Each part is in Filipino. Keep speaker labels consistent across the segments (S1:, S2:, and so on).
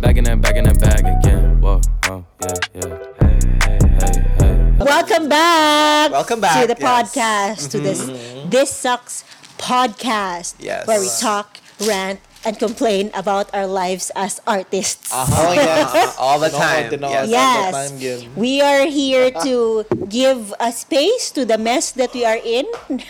S1: back in the bag again. Whoa, oh, yeah, yeah. Hey, hey, hey, hey.
S2: Welcome back.
S3: Welcome back,
S2: to the
S3: yes. Mm-hmm.
S2: podcast to this this sucks podcast
S3: Yes.
S2: where we talk, rant, and complain about our lives as artists.
S3: Oh, yeah, uh-huh, all the
S4: Tinawa,
S3: time.
S4: tinawa.
S3: Yes.
S4: Yeah.
S2: Yes,
S4: Time game.
S2: we are here to give a space to the mess that we are in.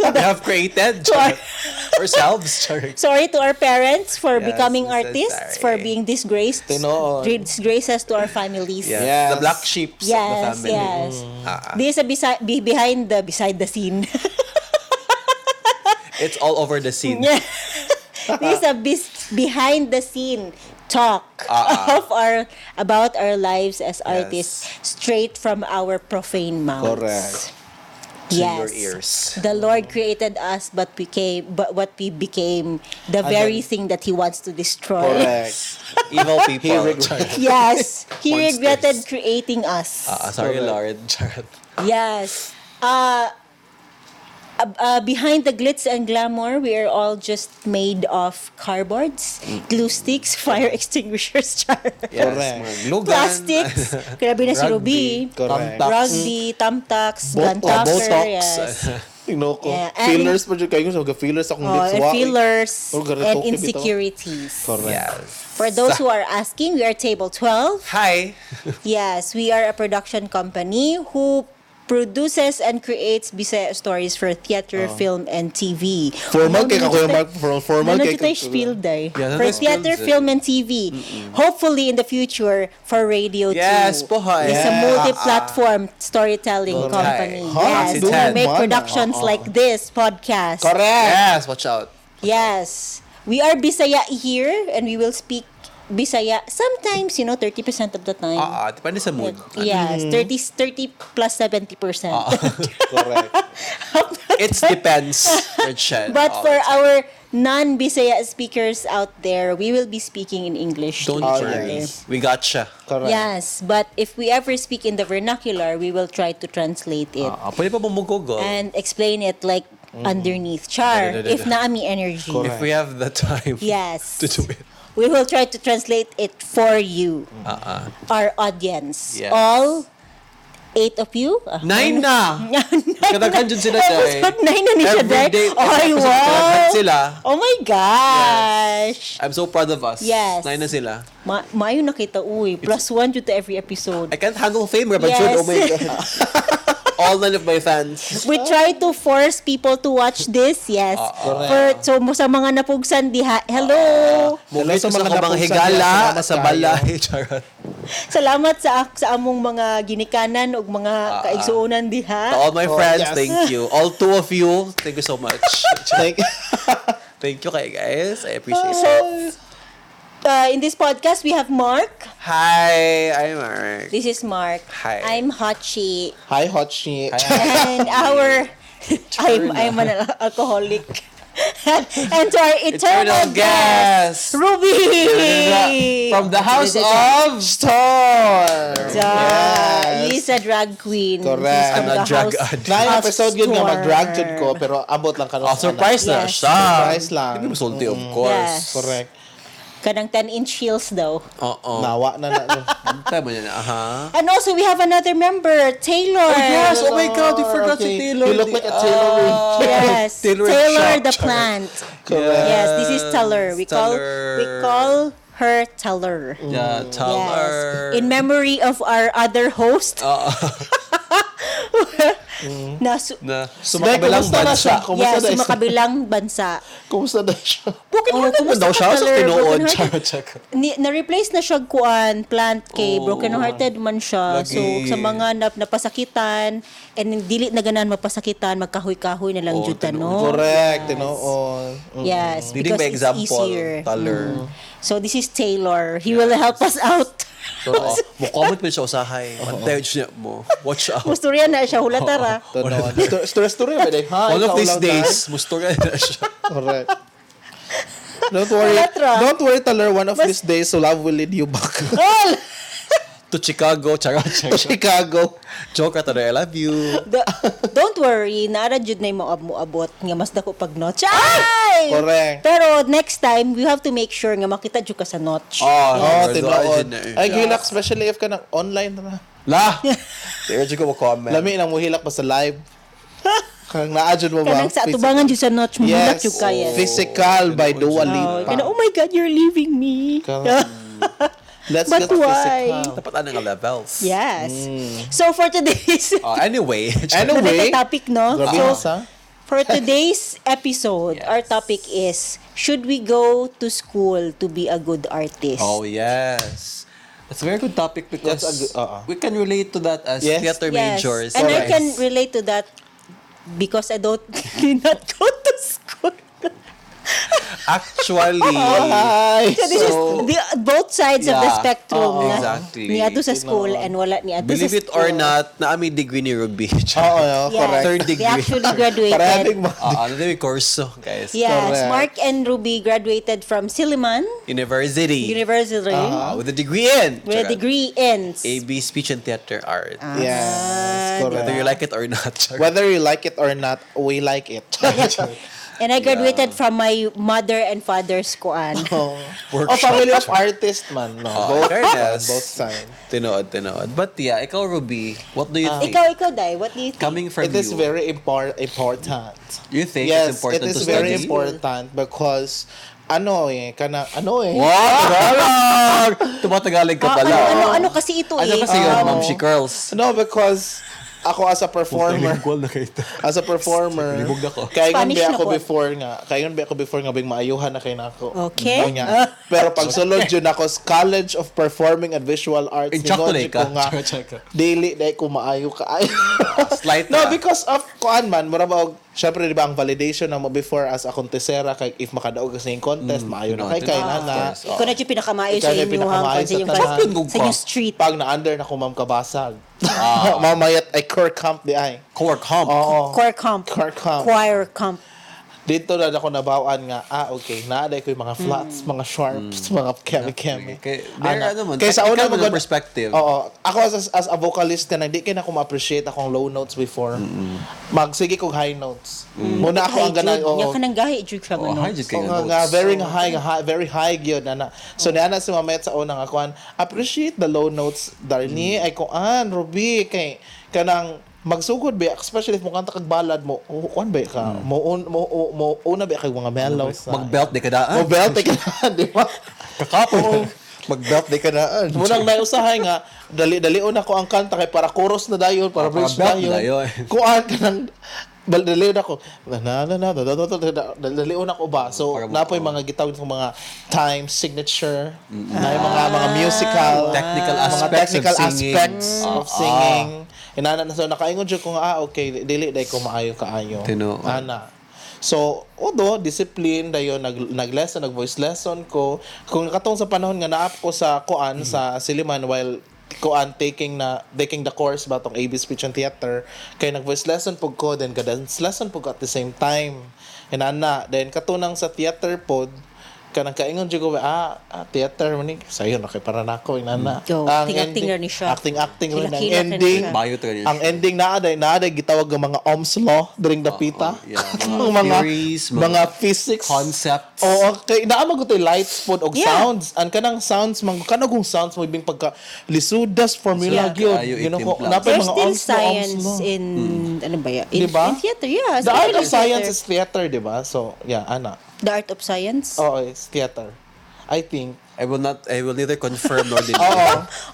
S3: We have created
S2: To our-
S3: ourselves.
S2: sorry to our parents for
S3: Yes,
S2: becoming
S3: so
S2: artists,
S3: sorry.
S2: for being disgraced,
S4: Tinoon.
S2: disgrace us to our families.
S3: Yes.
S4: Yes.
S3: The black sheep of the
S2: Yes,
S3: family.
S2: yes.
S3: Ah, ah.
S2: This is a besi- be- behind the beside the scene.
S3: It's all over the scene.
S2: Yeah. this is a bis- behind the scene talk
S3: Ah, ah.
S2: of our about our lives as artists straight from our profane mouths.
S4: Correct.
S3: To
S2: Yes.
S3: your ears.
S2: The Lord created us but we came but what we became the very thing that he wants to destroy.
S4: Correct.
S3: Evil people.
S2: Yes. He
S3: Monsters.
S2: regretted creating us.
S3: Ah, sorry,
S4: Correct.
S3: Lord. Charot.
S2: Yes. Uh, ab- uh, behind the glitz and glamour, we are all just made of cardboards, glue sticks, fire extinguishers, char.
S3: Yes,
S4: Mm. Correct.
S3: mga glue gun.
S2: Plastics. Grabe na si Ruby.
S4: Correct.
S3: Tamtak.
S2: Rugby, tamtax,
S4: Bo-
S2: gun
S4: oh,
S2: tucker,
S4: Botox.
S2: yes.
S4: Tingnan ko.
S2: Yeah, and-
S4: Feelers pa dyan kayo. So, feelers akong
S2: Oh,
S4: lips.
S2: and
S4: wa-
S2: feelers
S4: Oh, ganito,
S2: and
S4: okay, bitaw.
S2: insecurities.
S4: Correct.
S3: Yes.
S2: For those who are asking, we are Table 12.
S3: Hi.
S2: Yes, we are a production company who produces and creates bisaya stories for theater, film, and TV.
S4: Oh. Formal
S2: Unang
S4: kay ka, Kuya
S2: nagtutay-
S4: Mark. For- Formal
S2: unang
S4: kay ka.
S2: nagtutay spiel day.
S3: Yeah,
S2: for
S3: unang
S2: theater,
S3: spiel day.
S2: film, and TV. Hopefully, in the future, for radio
S3: Yes,
S2: too.
S3: pohoy.
S2: It's a
S4: Yeah.
S2: multi-platform storytelling
S3: Okay.
S2: company.
S3: Huh?
S2: Yes,
S3: It's
S2: we
S3: ten.
S2: make
S4: Mana.
S2: productions like this podcast.
S4: oh. Correct.
S3: Yes, watch out.
S2: Yes. We are Bisaya here, and we will speak Bisaya sometimes, you know, 30% of the time.
S3: Ah, ah, depende sa mood.
S2: Yes, 30, 30 plus 70 percent.
S3: Ah.
S4: Correct.
S3: It depends, Richard.
S2: but
S3: Oh,
S2: for our non-Bisaya speakers out there, we will be speaking in English.
S3: don't
S2: to each
S3: worry.
S2: other.
S3: We gotcha.
S4: Correct.
S2: Yes, but if we ever speak in the vernacular, we will try to translate it
S3: Ah, pwede pa bumugogo.
S2: and explain it like underneath char
S3: Da, da, da,
S2: if
S3: da.
S2: naami energy.
S3: If we have the time
S2: Yes.
S3: to do it.
S2: We will try to translate it for you,
S3: Ah, ah.
S2: our audience.
S3: Yes.
S2: All eight of you? Ah,
S3: Nine na! Kadaghan dyan sila siya eh.
S2: Episode 9 na ni siya,
S3: Every
S2: Dre.
S3: day,
S2: Ay,
S3: episode kadaghan
S2: wow.
S3: sila.
S2: Oh my gosh.
S3: I'm so proud of us.
S2: Yes.
S3: Nine na sila.
S2: Ma maayo nakita, uy. Plus one due to every episode.
S3: I can't handle fame, Rabbi
S2: Yes.
S3: Jude. Oh my God. All nine of my fans.
S2: We try to force people to watch this, yes.
S3: Ah,
S2: For, so, mo- sa mga napugsan diha, hello!
S3: Mugit
S4: sa
S3: sa
S4: mga
S3: kabang
S4: napunsan
S3: higala,
S4: niya, salamat
S3: sa balay. Charot.
S2: Salamat sa, sa among mga ginikanan o mga
S3: Ah,
S2: kaigsuonan
S3: To
S2: diha.
S3: all my
S4: Oh,
S3: friends,
S4: yes.
S3: thank you. All two of you, thank you so much.
S4: Thank
S3: thank you kay guys. I appreciate
S2: So,
S3: it.
S2: uh, in this podcast, we have Mark.
S3: Hi, I'm Mark.
S2: This is Mark.
S3: Hi.
S2: I'm Hachi.
S4: Hi, Hotchi.
S2: and our I'm, I'm an alcoholic. and to our eternal,
S3: Eternal
S2: guest,
S3: guest.
S2: Ruby.
S3: From the house of Storm.
S2: Duh. He's a drag queen.
S4: Correct.
S2: He's from
S3: I'm
S2: the
S3: a drag
S2: house
S3: ad.
S4: Nine
S2: of
S4: episode yun nga
S2: Storm.
S4: mag-drag jud ko pero abot lang kanon.
S3: Oh, surprise na
S2: Yes.
S3: siya.
S4: Surprise lang.
S3: Hindi mo sulti, of
S4: Mm.
S3: course.
S2: Yes.
S4: Correct.
S2: Kanang 10 inch heels daw.
S3: Oo.
S4: Nawa na na.
S3: Antay mo niya na, aha.
S2: And also we have another member, Taylor.
S3: God, we forgot
S4: Okay. oh. You look like a Taylor.
S2: Ah.
S4: Ring.
S2: Oh, Yes. Taylor,
S3: Taylor
S2: the
S3: Shock.
S2: plant.
S4: Correct.
S2: Yes, this is Taylor. We call we
S3: Taylor.
S2: call her Taylor.
S3: Yeah, Taylor.
S2: Yes. In memory of our other host.
S3: Oo.
S2: na su-
S3: na
S4: Dahil
S3: sumakabilang
S4: kumusta na siya?
S3: bansa.
S4: Kumusta
S2: yes,
S4: na
S2: sa
S4: siya?
S2: makabilang bansa.
S4: Kumusta na siya?
S2: Bukit
S3: Oh, kumusta daw siya sa tinuod? Charot, charot.
S2: Ni, na-replace na siya kuan plant kay
S3: Oh.
S2: broken-hearted man siya.
S3: Lagi.
S2: So, sa mga nap, napasakitan, and dili na ganan mapasakitan, magkahoy-kahoy na lang
S3: Oh,
S2: jud
S3: tinuod.
S2: tanong.
S4: Correct, tinoon. Mm.
S2: Yes,
S3: Hindi
S2: because
S3: may
S2: it's
S3: example,
S2: easier. Mm.
S3: Taylor.
S2: So, this is Taylor. He will help us out.
S3: Oo. Mukomment mo siya usahay. Antay siya mo. Watch out.
S2: Musturya na siya, hulatara.
S4: Tinoon. Stor- Stress to rin. ba, day? Hi,
S3: One of these
S4: kaulang
S3: days, musto ka na siya.
S4: tayo. Correct. Don't worry.
S2: Alatra.
S4: Don't worry, Taylor. One of
S2: Mas-
S4: these days, so love will lead you back.
S2: All!
S3: to Chicago, charot,
S4: To
S3: charot.
S4: Chicago.
S3: Joke ato na, I love you.
S2: Do- don't worry, nara jud na mo abot nga mas dako pag notch. Ay!
S4: Correct.
S2: Pero next time, we have to make sure nga makita jud ka sa notch.
S4: Oh,
S3: Lord, I
S4: tinuod.
S3: did na-
S4: Ay, gilak, especially if ka nang online na.
S3: La! There you go, comment.
S4: Lami nang muhilak pa sa live. Kang naadyan mo ba?
S2: Kanang sa atubangan jud sa notch mo yes.
S4: Yes. Oh,
S2: jud kaya.
S3: Oh.
S4: Physical by
S2: Oh,
S4: Dua Lipa.
S2: kana, oh my God, you're leaving me.
S4: Correct. Let's
S2: But
S4: get
S2: why?
S4: physical.
S3: Dapat ano nga levels.
S2: yes.
S4: Mm.
S2: So for today's
S3: Oh, anyway.
S2: Another
S4: Anyway,
S2: topic, no?
S4: Grabe
S2: So,
S4: mas, ha?
S2: For today's episode, our topic is Should we go to school to be a good artist?
S3: Oh, yes. That's a very good topic because
S4: That's a good- uh-uh.
S3: we can relate to that as
S4: Yes.
S3: theater
S2: Yes.
S3: majors.
S2: And I
S4: Correct.
S2: can relate to that because I don't did not go to school.
S3: Actually,
S2: Uh-huh.
S4: Hi!
S2: So, this is the, both sides of the
S3: Yeah.
S2: spectrum.
S3: Oo.
S2: na
S3: Exactly.
S2: Niadto sa school and wala niadto sa
S3: believe it or not, naami degree ni Ruby.
S4: Oo, oh,
S2: yeah,
S4: correct.
S3: Third
S2: They
S3: degree.
S2: actually
S4: Parehing
S2: graduated.
S4: ma.
S3: Ah, Uh-uh. ano na yung kurso, guys?
S2: yes,
S4: Correct.
S2: Mark and Ruby graduated from Siliman
S3: University.
S2: University
S3: Ah, with a degree in.
S2: with a degree Uh-huh. in
S3: AB Speech and Theater Art.
S4: Yes,
S3: Whether you
S4: correct.
S3: like it or not. Charot.
S4: Whether you like it or not, we like it.
S2: And I graduated from my mother and father's koan.
S4: oh.
S3: Workshop.
S4: oh, family of artist man. No?
S3: Ah,
S4: both,
S3: fairness.
S4: both sides.
S3: Tinood, tinood. But yeah, ikaw, Ruby, what do you think?
S2: Uh-huh. ikaw, ikaw, Dai, what do you think?
S3: Coming from
S4: It is
S3: you,
S4: very impor- important.
S3: you think it's
S4: yes,
S3: important
S4: it
S3: to
S4: is very
S3: study?
S4: important because ano eh, kana ano eh.
S3: Wow! Tagalog! Tumatagalog ka
S2: Ah,
S3: pala. oh.
S2: ano, ano, ano kasi ito
S3: Ano
S2: eh.
S3: kasi
S4: um,
S3: yun,
S2: Ah,
S3: ma'am? She curls.
S4: No, because ako as a performer,
S3: na kayo.
S4: as a performer,
S3: Libog na ko.
S4: kaya nga
S2: Spanish
S4: ba
S2: na
S4: ako
S2: ko.
S4: before nga, kaya nga ba ako before nga bing maayuhan na kayo na ako.
S2: Okay.
S4: Ano nga. Pero pag sulod yun ako sa College of Performing and Visual Arts,
S3: In chocolate
S4: ningon ko
S3: ka.
S4: nga,
S3: Chocolate ka.
S4: daily dahil ko maayo ka.
S3: Slight
S4: no,
S3: na.
S4: because of kuan man, mura ba, og- syempre di ba ang validation na mo before as a contestera, kag if makadaog ka sa yung contest, maayo na
S3: no,
S4: kay kay na na.
S3: tinataas.
S2: Ikaw na yung pinakamayo sa
S4: Ikaw na yung
S2: inyo, hang
S4: pinakamayo
S2: sa
S4: sa
S2: inyong
S4: tanan.
S2: sa inyong
S3: Bakit ka?
S2: street.
S4: Pag na-under na ko ma'am kabasag.
S3: Ah.
S4: Mamayat ay core camp di ay.
S3: Core comp.
S4: Oo.
S2: Choir comp.
S4: Choir comp.
S2: Choir comp.
S4: Dito na ako nabawaan nga, ah, okay, naaday ko yung mga
S3: Mm.
S4: flats, mga sharps, mga keme-keme.
S3: Okay. There, ano man,
S4: Kaysa una
S3: technical man
S4: mo
S3: ang
S4: gud-
S3: perspective.
S4: Oo. Ako as, as a vocalist ka na, hindi kaya na ako ma-appreciate akong low notes before. Magsige kong high notes.
S3: Mm.
S4: Muna ako ang ganay.
S2: Niya
S4: Oo.
S2: ka nang gahi, Jude ka
S3: Oh,
S2: ano?
S3: hi, Jud kayo
S4: Oo nga,
S3: notes.
S4: nga, very nga high, nga high, very high yun, ana. So, niya na si Mamet sa unang akuan, appreciate the low notes, Darnie, ay kuan, Ruby, kay, kanang, magsugod ba, especially if mo kanta kag ballad mo, oh, kuan ba ka, mo, un- mo, mo, mo, una ba kag mga mellows. na.
S3: Mag-belt di ka daan.
S4: Mo belt ka na, di ba?
S3: Kakapo. Mag-belt di ka daan.
S4: Munang nausahay nga, dali-dali una ko ang kanta, kay para chorus na dayon, para
S3: Para
S4: bridge
S3: belt
S4: na
S3: na
S4: dayon.
S3: dayon.
S4: Kuan ka ng, Bal- dali na ko. Na na na na na na na na dal- dali una ko ba. So
S3: Para mo-
S4: napoy mga gitawid ng mga time signature, na yung mga mga musical
S3: Ah. Technical
S4: mga
S3: aspects of
S4: technical
S3: singing.
S4: aspects
S3: Ah,
S4: of singing. Inana na so nakaingon jud ko nga ah okay dili dai ko maayo kaayo.
S3: Tinuod.
S4: Ana. So, although discipline dayon nag nag-lesson, nag-voice lesson ko, kung katong sa panahon nga naap ko sa Kuan sa Siliman while kuan taking na taking the course ba tong AB speech and theater kay nag voice lesson pug ko then ka dance lesson pug ko at the same time inana then katunang sa theater pod kanang kaingon jud ko ah, ah theater man ni sayo na kay para nako inana
S2: Yo,
S4: Ang
S2: acting-acting
S4: ending-
S2: ra ni siya.
S4: acting acting ra ni. ang
S2: Kilakilak ra ni
S4: ending
S2: siya.
S3: Bio to
S4: ang ending na aday na aday gitawag ng mga Ohm's law during the pita.
S3: yeah.
S4: Ang
S3: Mga
S4: mga
S3: theories, mga-
S4: mga physics
S3: Concepts.
S4: Oo, kay naamag ko tayo lights pod og
S2: Yeah.
S4: sounds. An kanang sounds man kanagong sounds mo ibing pagka lisudas formula
S2: Yeah.
S4: gyud.
S3: Kayo
S4: You know ko
S3: itimpla.
S4: napay
S2: There's
S4: mga
S2: still
S4: Ohm's law, Ohm's
S2: science
S4: law.
S2: in, ano ba yan? In, in
S4: Diba?
S2: theater, yeah.
S4: The art
S2: in
S4: of science
S2: theater.
S4: is theater, di ba? So, yeah, ana.
S2: The art of science?
S4: Oo, it's theater. I think.
S3: I will not, I will neither confirm nor deny.
S4: Oo.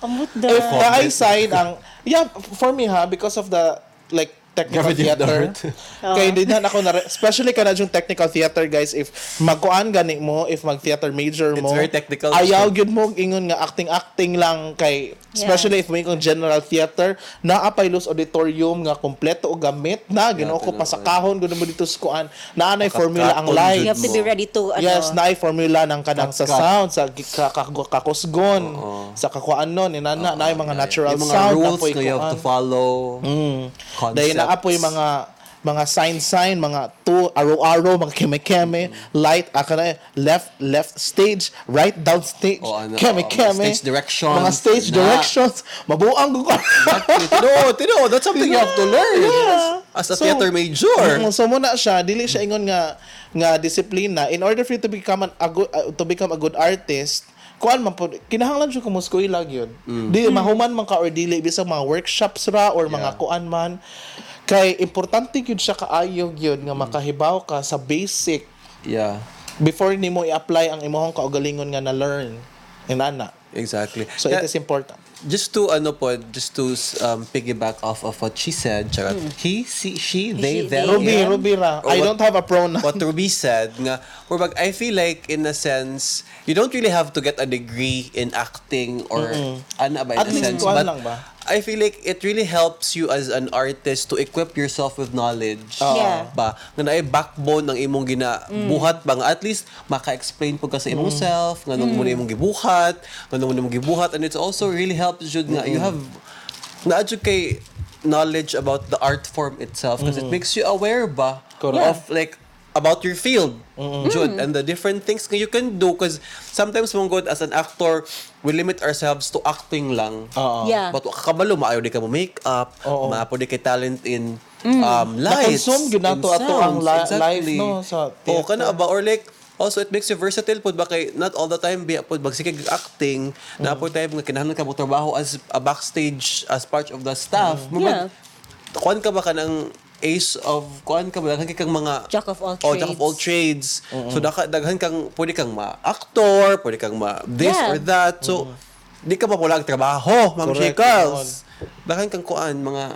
S2: Amot
S4: if
S2: na.
S4: the eye side ang yeah for me ha because of the like technical
S3: Gravity of the
S4: theater
S3: earth.
S4: kay din na ako na especially kana yung technical theater guys if magkuan gani mo if mag theater major mo
S3: very technical.
S4: ayaw gyud mo ingon nga acting acting lang kay especially if mo ingon general theater naa pay los auditorium nga kompleto og gamit na ginoo ko
S3: tinuod.
S4: pa sa kahon gud mo dito sa kuan naanay
S3: Makatakon
S4: formula ang
S3: jud
S4: light
S2: You have to be ready to, ano,
S4: Yes, naay formula ng kanang sa
S3: Cut-cut.
S4: sound, sa gi- ka- ka- kakusgon, sa kakuan nun, inana, naay mga natural
S3: yung mga
S4: sound.
S3: rules
S4: apoy
S3: na you have to
S4: kuan.
S3: follow.
S4: Dahil na
S3: concepts.
S4: apoy mga mga sign-sign, mga to, araw-araw, mga keme-keme,
S3: Mm-hmm.
S4: light, aka na, left, left stage, right down stage,
S3: O, ano,
S4: keme-keme.
S3: mga stage directions,
S4: Mga stage
S3: na.
S4: directions. Mabuang ko.
S3: no, tino, that's something you have to learn.
S4: Yeah.
S3: As a theater major.
S4: Mm, So muna siya, dili siya ingon nga nga disiplina. In order for you to become an a good- uh, to become a good artist, kuan man po, kinahanglan siya kung muskoy lang yun.
S3: Mm.
S4: Di mahuman man ka or dili bisag mga workshops ra or mga kuan man. Kay importante gyud siya kaayog yun
S3: Mm.
S4: nga makahibaw ka sa basic
S3: Yeah,
S4: before nimo i-apply ang imong kaugalingon nga na-learn. Inana.
S3: exactly.
S4: So
S3: Yeah,
S4: it is important.
S3: just to ano po, just to um, piggyback off of what she said, charot,
S4: Hmm.
S3: he, she, she, they,
S2: She,
S3: them.
S2: they,
S4: Ruby,
S2: Yeah.
S4: Ruby ra.
S3: Or
S4: I
S3: what-
S4: don't have a pronoun.
S3: what Ruby said nga whereas I feel like in a sense you don't really have to get a degree in acting or ano ba in a
S4: At least
S3: sense
S4: kuwan
S3: but
S4: lang ba?
S3: I feel like it really helps you as an artist to equip yourself with knowledge
S4: Oh.
S2: Yeah.
S3: ba nga naay backbone ng imong ginabuhat ba nga at least maka-explain po ka sa imong self nganong mo na imong gibuhat nganong mo na imong gibuhat and it's also really helps jud nga you have na-educate knowledge about the art form itself because it makes you aware ba of like about your field Jud, and the different things nga you can do because sometimes mong good as an actor we limit ourselves to acting lang
S4: Oo.
S2: Yeah.
S3: but kakabalo maayo di ka mo makeup
S4: Oo.
S3: maapo di kay talent in um, lights
S4: Na-consume gyud nato
S3: in
S4: ato ang li-
S3: sounds,
S4: life, no, sa
S3: Oo,
S4: theater.
S3: kana ba or like also it makes you versatile pod ba kay not all the time biya pod magsikig acting na po tayo nga kinahanglan ka mo trabaho as a backstage as part of the staff
S2: Yeah.
S3: kuan ka ba ka ng ace of kuan ka ba daghan kang mga
S2: Jack of all
S3: Oh, jack of all trades so daka, daghan kang pwede kang ma-actor pwede kang ma this
S2: Yeah.
S3: or that so di ka pa wala ang trabaho ma'am
S4: Correct,
S3: Shekels daghan kang kuan mga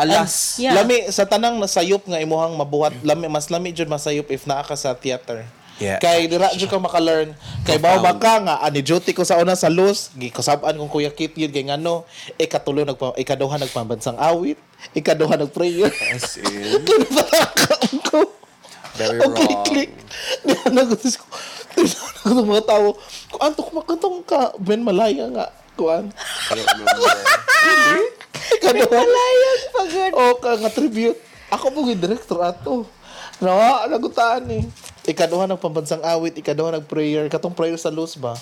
S3: alas
S2: Yeah.
S4: Lami sa tanang nasayop nga imuhang mabuhat, lami mas lami jud masayop if naa ka sa theater.
S3: Yeah.
S4: Kay dira jud ka maka-learn kay bawo
S3: Profound.
S4: baka nga ani duty ko sa una sa Luz, gikusab-an kong Kuya Kit yun kay ngano, ikatulo nagpa ikaduha nagpambansang awit, ikaduha nagprayer.
S3: As in,
S4: ko.
S3: very wrong.
S4: Ang click-click. Nagutis ko. Tinaw na ko ng mga tao. Kuan to kumakantong ka, Ben Malaya nga. Kuan.
S3: I don't remember.
S4: Ikaduha.
S2: Ayun, pagod.
S4: O, ka nga tribute. Ako po yung director ato. Nawa, nagutaan eh. Ikaduha ng pambansang awit, ikaduha ng prayer, katong prayer sa luz ba?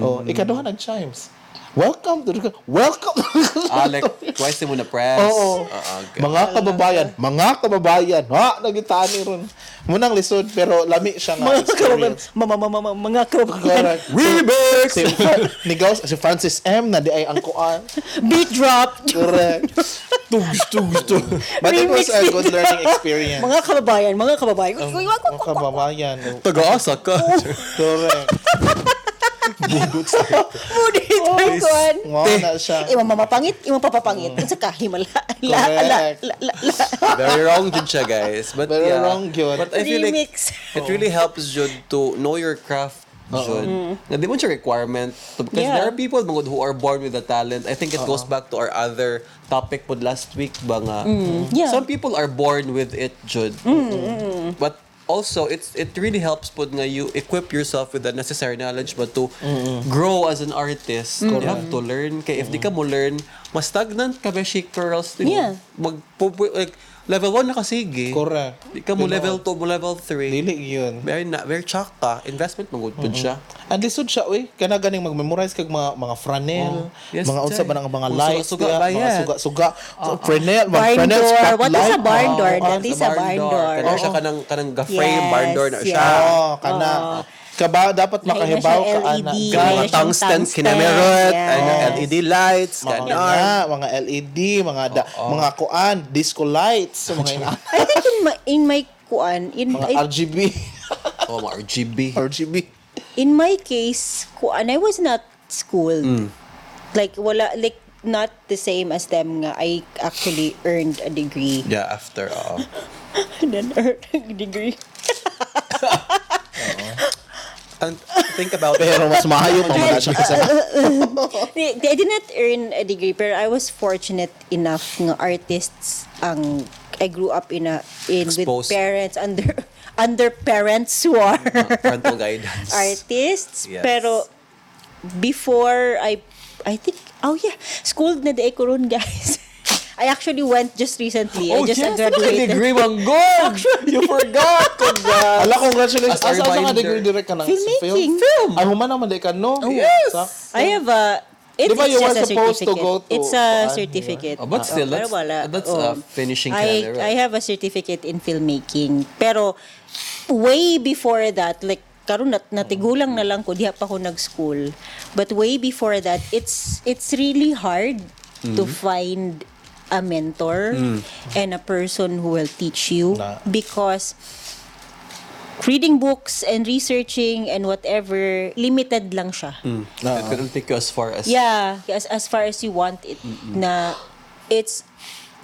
S4: O, ikaduha ng chimes. Welcome to the... Welcome!
S3: Alec, twice mo na press.
S4: Oo.
S3: Ah, okay.
S4: Mga kababayan, mga kababayan, ha, nagitaan ni Ron. Munang lisod, pero lami siya nga.
S2: Mga karoon.
S4: experience.
S2: Mga karoon. Mga karoon.
S4: Correct. Si, nigaw, si Francis M. na di ay ang kuan.
S2: Beat drop.
S4: Correct. Tugs, tugs, tugs. But it was a
S2: Remix
S4: good learning experience. Oh,
S2: Mga kababayan. Mga kababayan. Uy, uy, uy, uy,
S4: Mga kababayan.
S3: Taga-asa ka.
S4: Correct. Oh,
S2: Munit ang kuwan.
S4: Mga na siya.
S2: Imang mamapangit, imang papapangit.
S3: Mm.
S2: At saka himala. La, la, la, la, la.
S3: Very wrong dun siya, guys. But
S4: Very
S3: yeah.
S4: wrong yun.
S3: But I feel
S2: Remix.
S3: like
S4: Oh.
S3: it really helps Jud to know your craft Jud. Na di mo siya requirement. to-
S2: Mm.
S3: Because
S2: Yeah.
S3: there are people mga who are born with a talent. I think it goes back to our other topic pod last week ba nga.
S2: Mm, Yeah. Mm,
S3: Some people are born with it, Jud. But also, it's it really helps pod nga you equip yourself with the necessary knowledge but to
S4: Mm,
S3: grow as an artist.
S2: Mm.
S3: You have to learn. Kaya if di ka
S4: Mm.
S3: mo learn, mas stagnant ka ba, Shake Girls? Di mo-
S2: Yeah.
S3: Mag, pu- pu- like, level 1 na kasi, gi.
S4: Correct.
S3: Di ka mo level 2, mo level 3.
S4: Dili yun.
S3: Very na, very chak ka. Investment mo good pud siya.
S4: Ang lisod siya, uy. Kana ganing mag-memorize kag mga mga franel,
S3: Oh, Yes,
S4: mga unsa
S3: Jay.
S4: ba nang mga
S3: Mga
S4: lights,
S3: suga-suga
S4: diya,
S3: ba
S4: mga
S3: yan?
S4: suga-suga, franel,
S2: Oh,
S4: mga
S2: Barn
S4: franel,
S2: door. What is a
S4: spotlight,
S2: barn
S4: Oh, mga-
S2: door?
S4: Oo,
S2: That is a barn door.
S3: Kaya siya
S2: Oo.
S3: ka ng, ka ng ga-frame, barn door na
S2: Yes,
S3: siya.
S2: yeah.
S4: Oo, oh, kana. Kaba,
S2: Lain
S4: dapat
S2: na
S4: makahibaw
S2: siya E
S4: ka ana.
S2: LED.
S3: Ka mga
S2: Kaya siyang
S3: tungsten,
S2: tungsten.
S3: kinamerot, ano,
S2: Yes.
S3: LED lights,
S4: Mga,
S3: kanon.
S4: ana, mga LED, mga da, mga kuan, disco lights, mga ina,
S2: I think in my, in my kuan, in,
S4: mga
S2: in,
S4: RGB,
S3: Oh, mga RGB.
S4: RGB.
S2: in my case, kuan, I was not schooled.
S3: Mm.
S2: Like, wala, like, not the same as them nga. I actually earned a degree.
S3: Yeah, after, uh, oo.
S2: And then earned a degree.
S3: And think about it.
S4: Pero mas mahayo pa man siya kasi
S2: Di- di- I did not earn a degree, pero I was fortunate enough ng artists ang I grew up in a in
S3: Exposed.
S2: with parents under under parents who are
S3: Frontal guidance.
S2: artists.
S3: Yes.
S2: Pero before I I think oh yeah, schooled na di ako ron, guys. I actually went just recently.
S4: Oh,
S2: I just
S3: Oh, yes,
S2: graduated.
S3: naka-degree mang God! You forgot! Congrats!
S4: Ala, congratulations.
S3: As a
S4: Asa asa nga
S3: reminder.
S4: degree direct ka na?
S2: Filmmaking.
S4: Film. Ay, human naman di ka, no?
S3: Yes!
S2: Oh, I have a. It,
S4: Diba
S2: it's
S4: you
S2: just
S4: were
S2: a
S4: supposed to
S2: certificate.
S4: go to-
S2: it's a
S4: Ah,
S2: certificate.
S3: Oh, but still,
S2: Oo, pero Oh.
S3: that's- that's a finishing
S2: I,
S3: career, right?
S2: I have a certificate in filmmaking. Pero way before that, like, karon nat natigulang na lang ko diha pa ako nag-school. But way before that, it's it's really hard to find a mentor and a person who will teach you
S4: Na-
S2: because reading books and researching and whatever limited lang siya.
S3: Mm. It couldn't take you as far as...
S2: Yeah, as as far as you want it na it's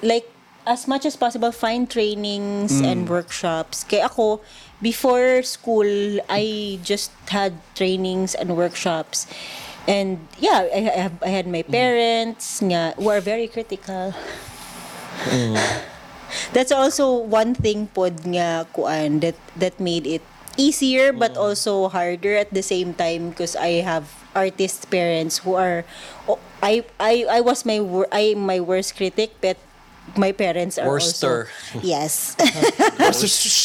S2: like as much as possible find trainings and workshops. Kaya ako before school I just had trainings and workshops. And yeah, I, I, have- I had my parents nga who are very critical. That's also one thing pod nga kuan that that made it easier but also harder at the same time because I have artist parents who are oh, I I I was my wor- I am my worst critic but my parents are
S3: Worster.
S2: also yes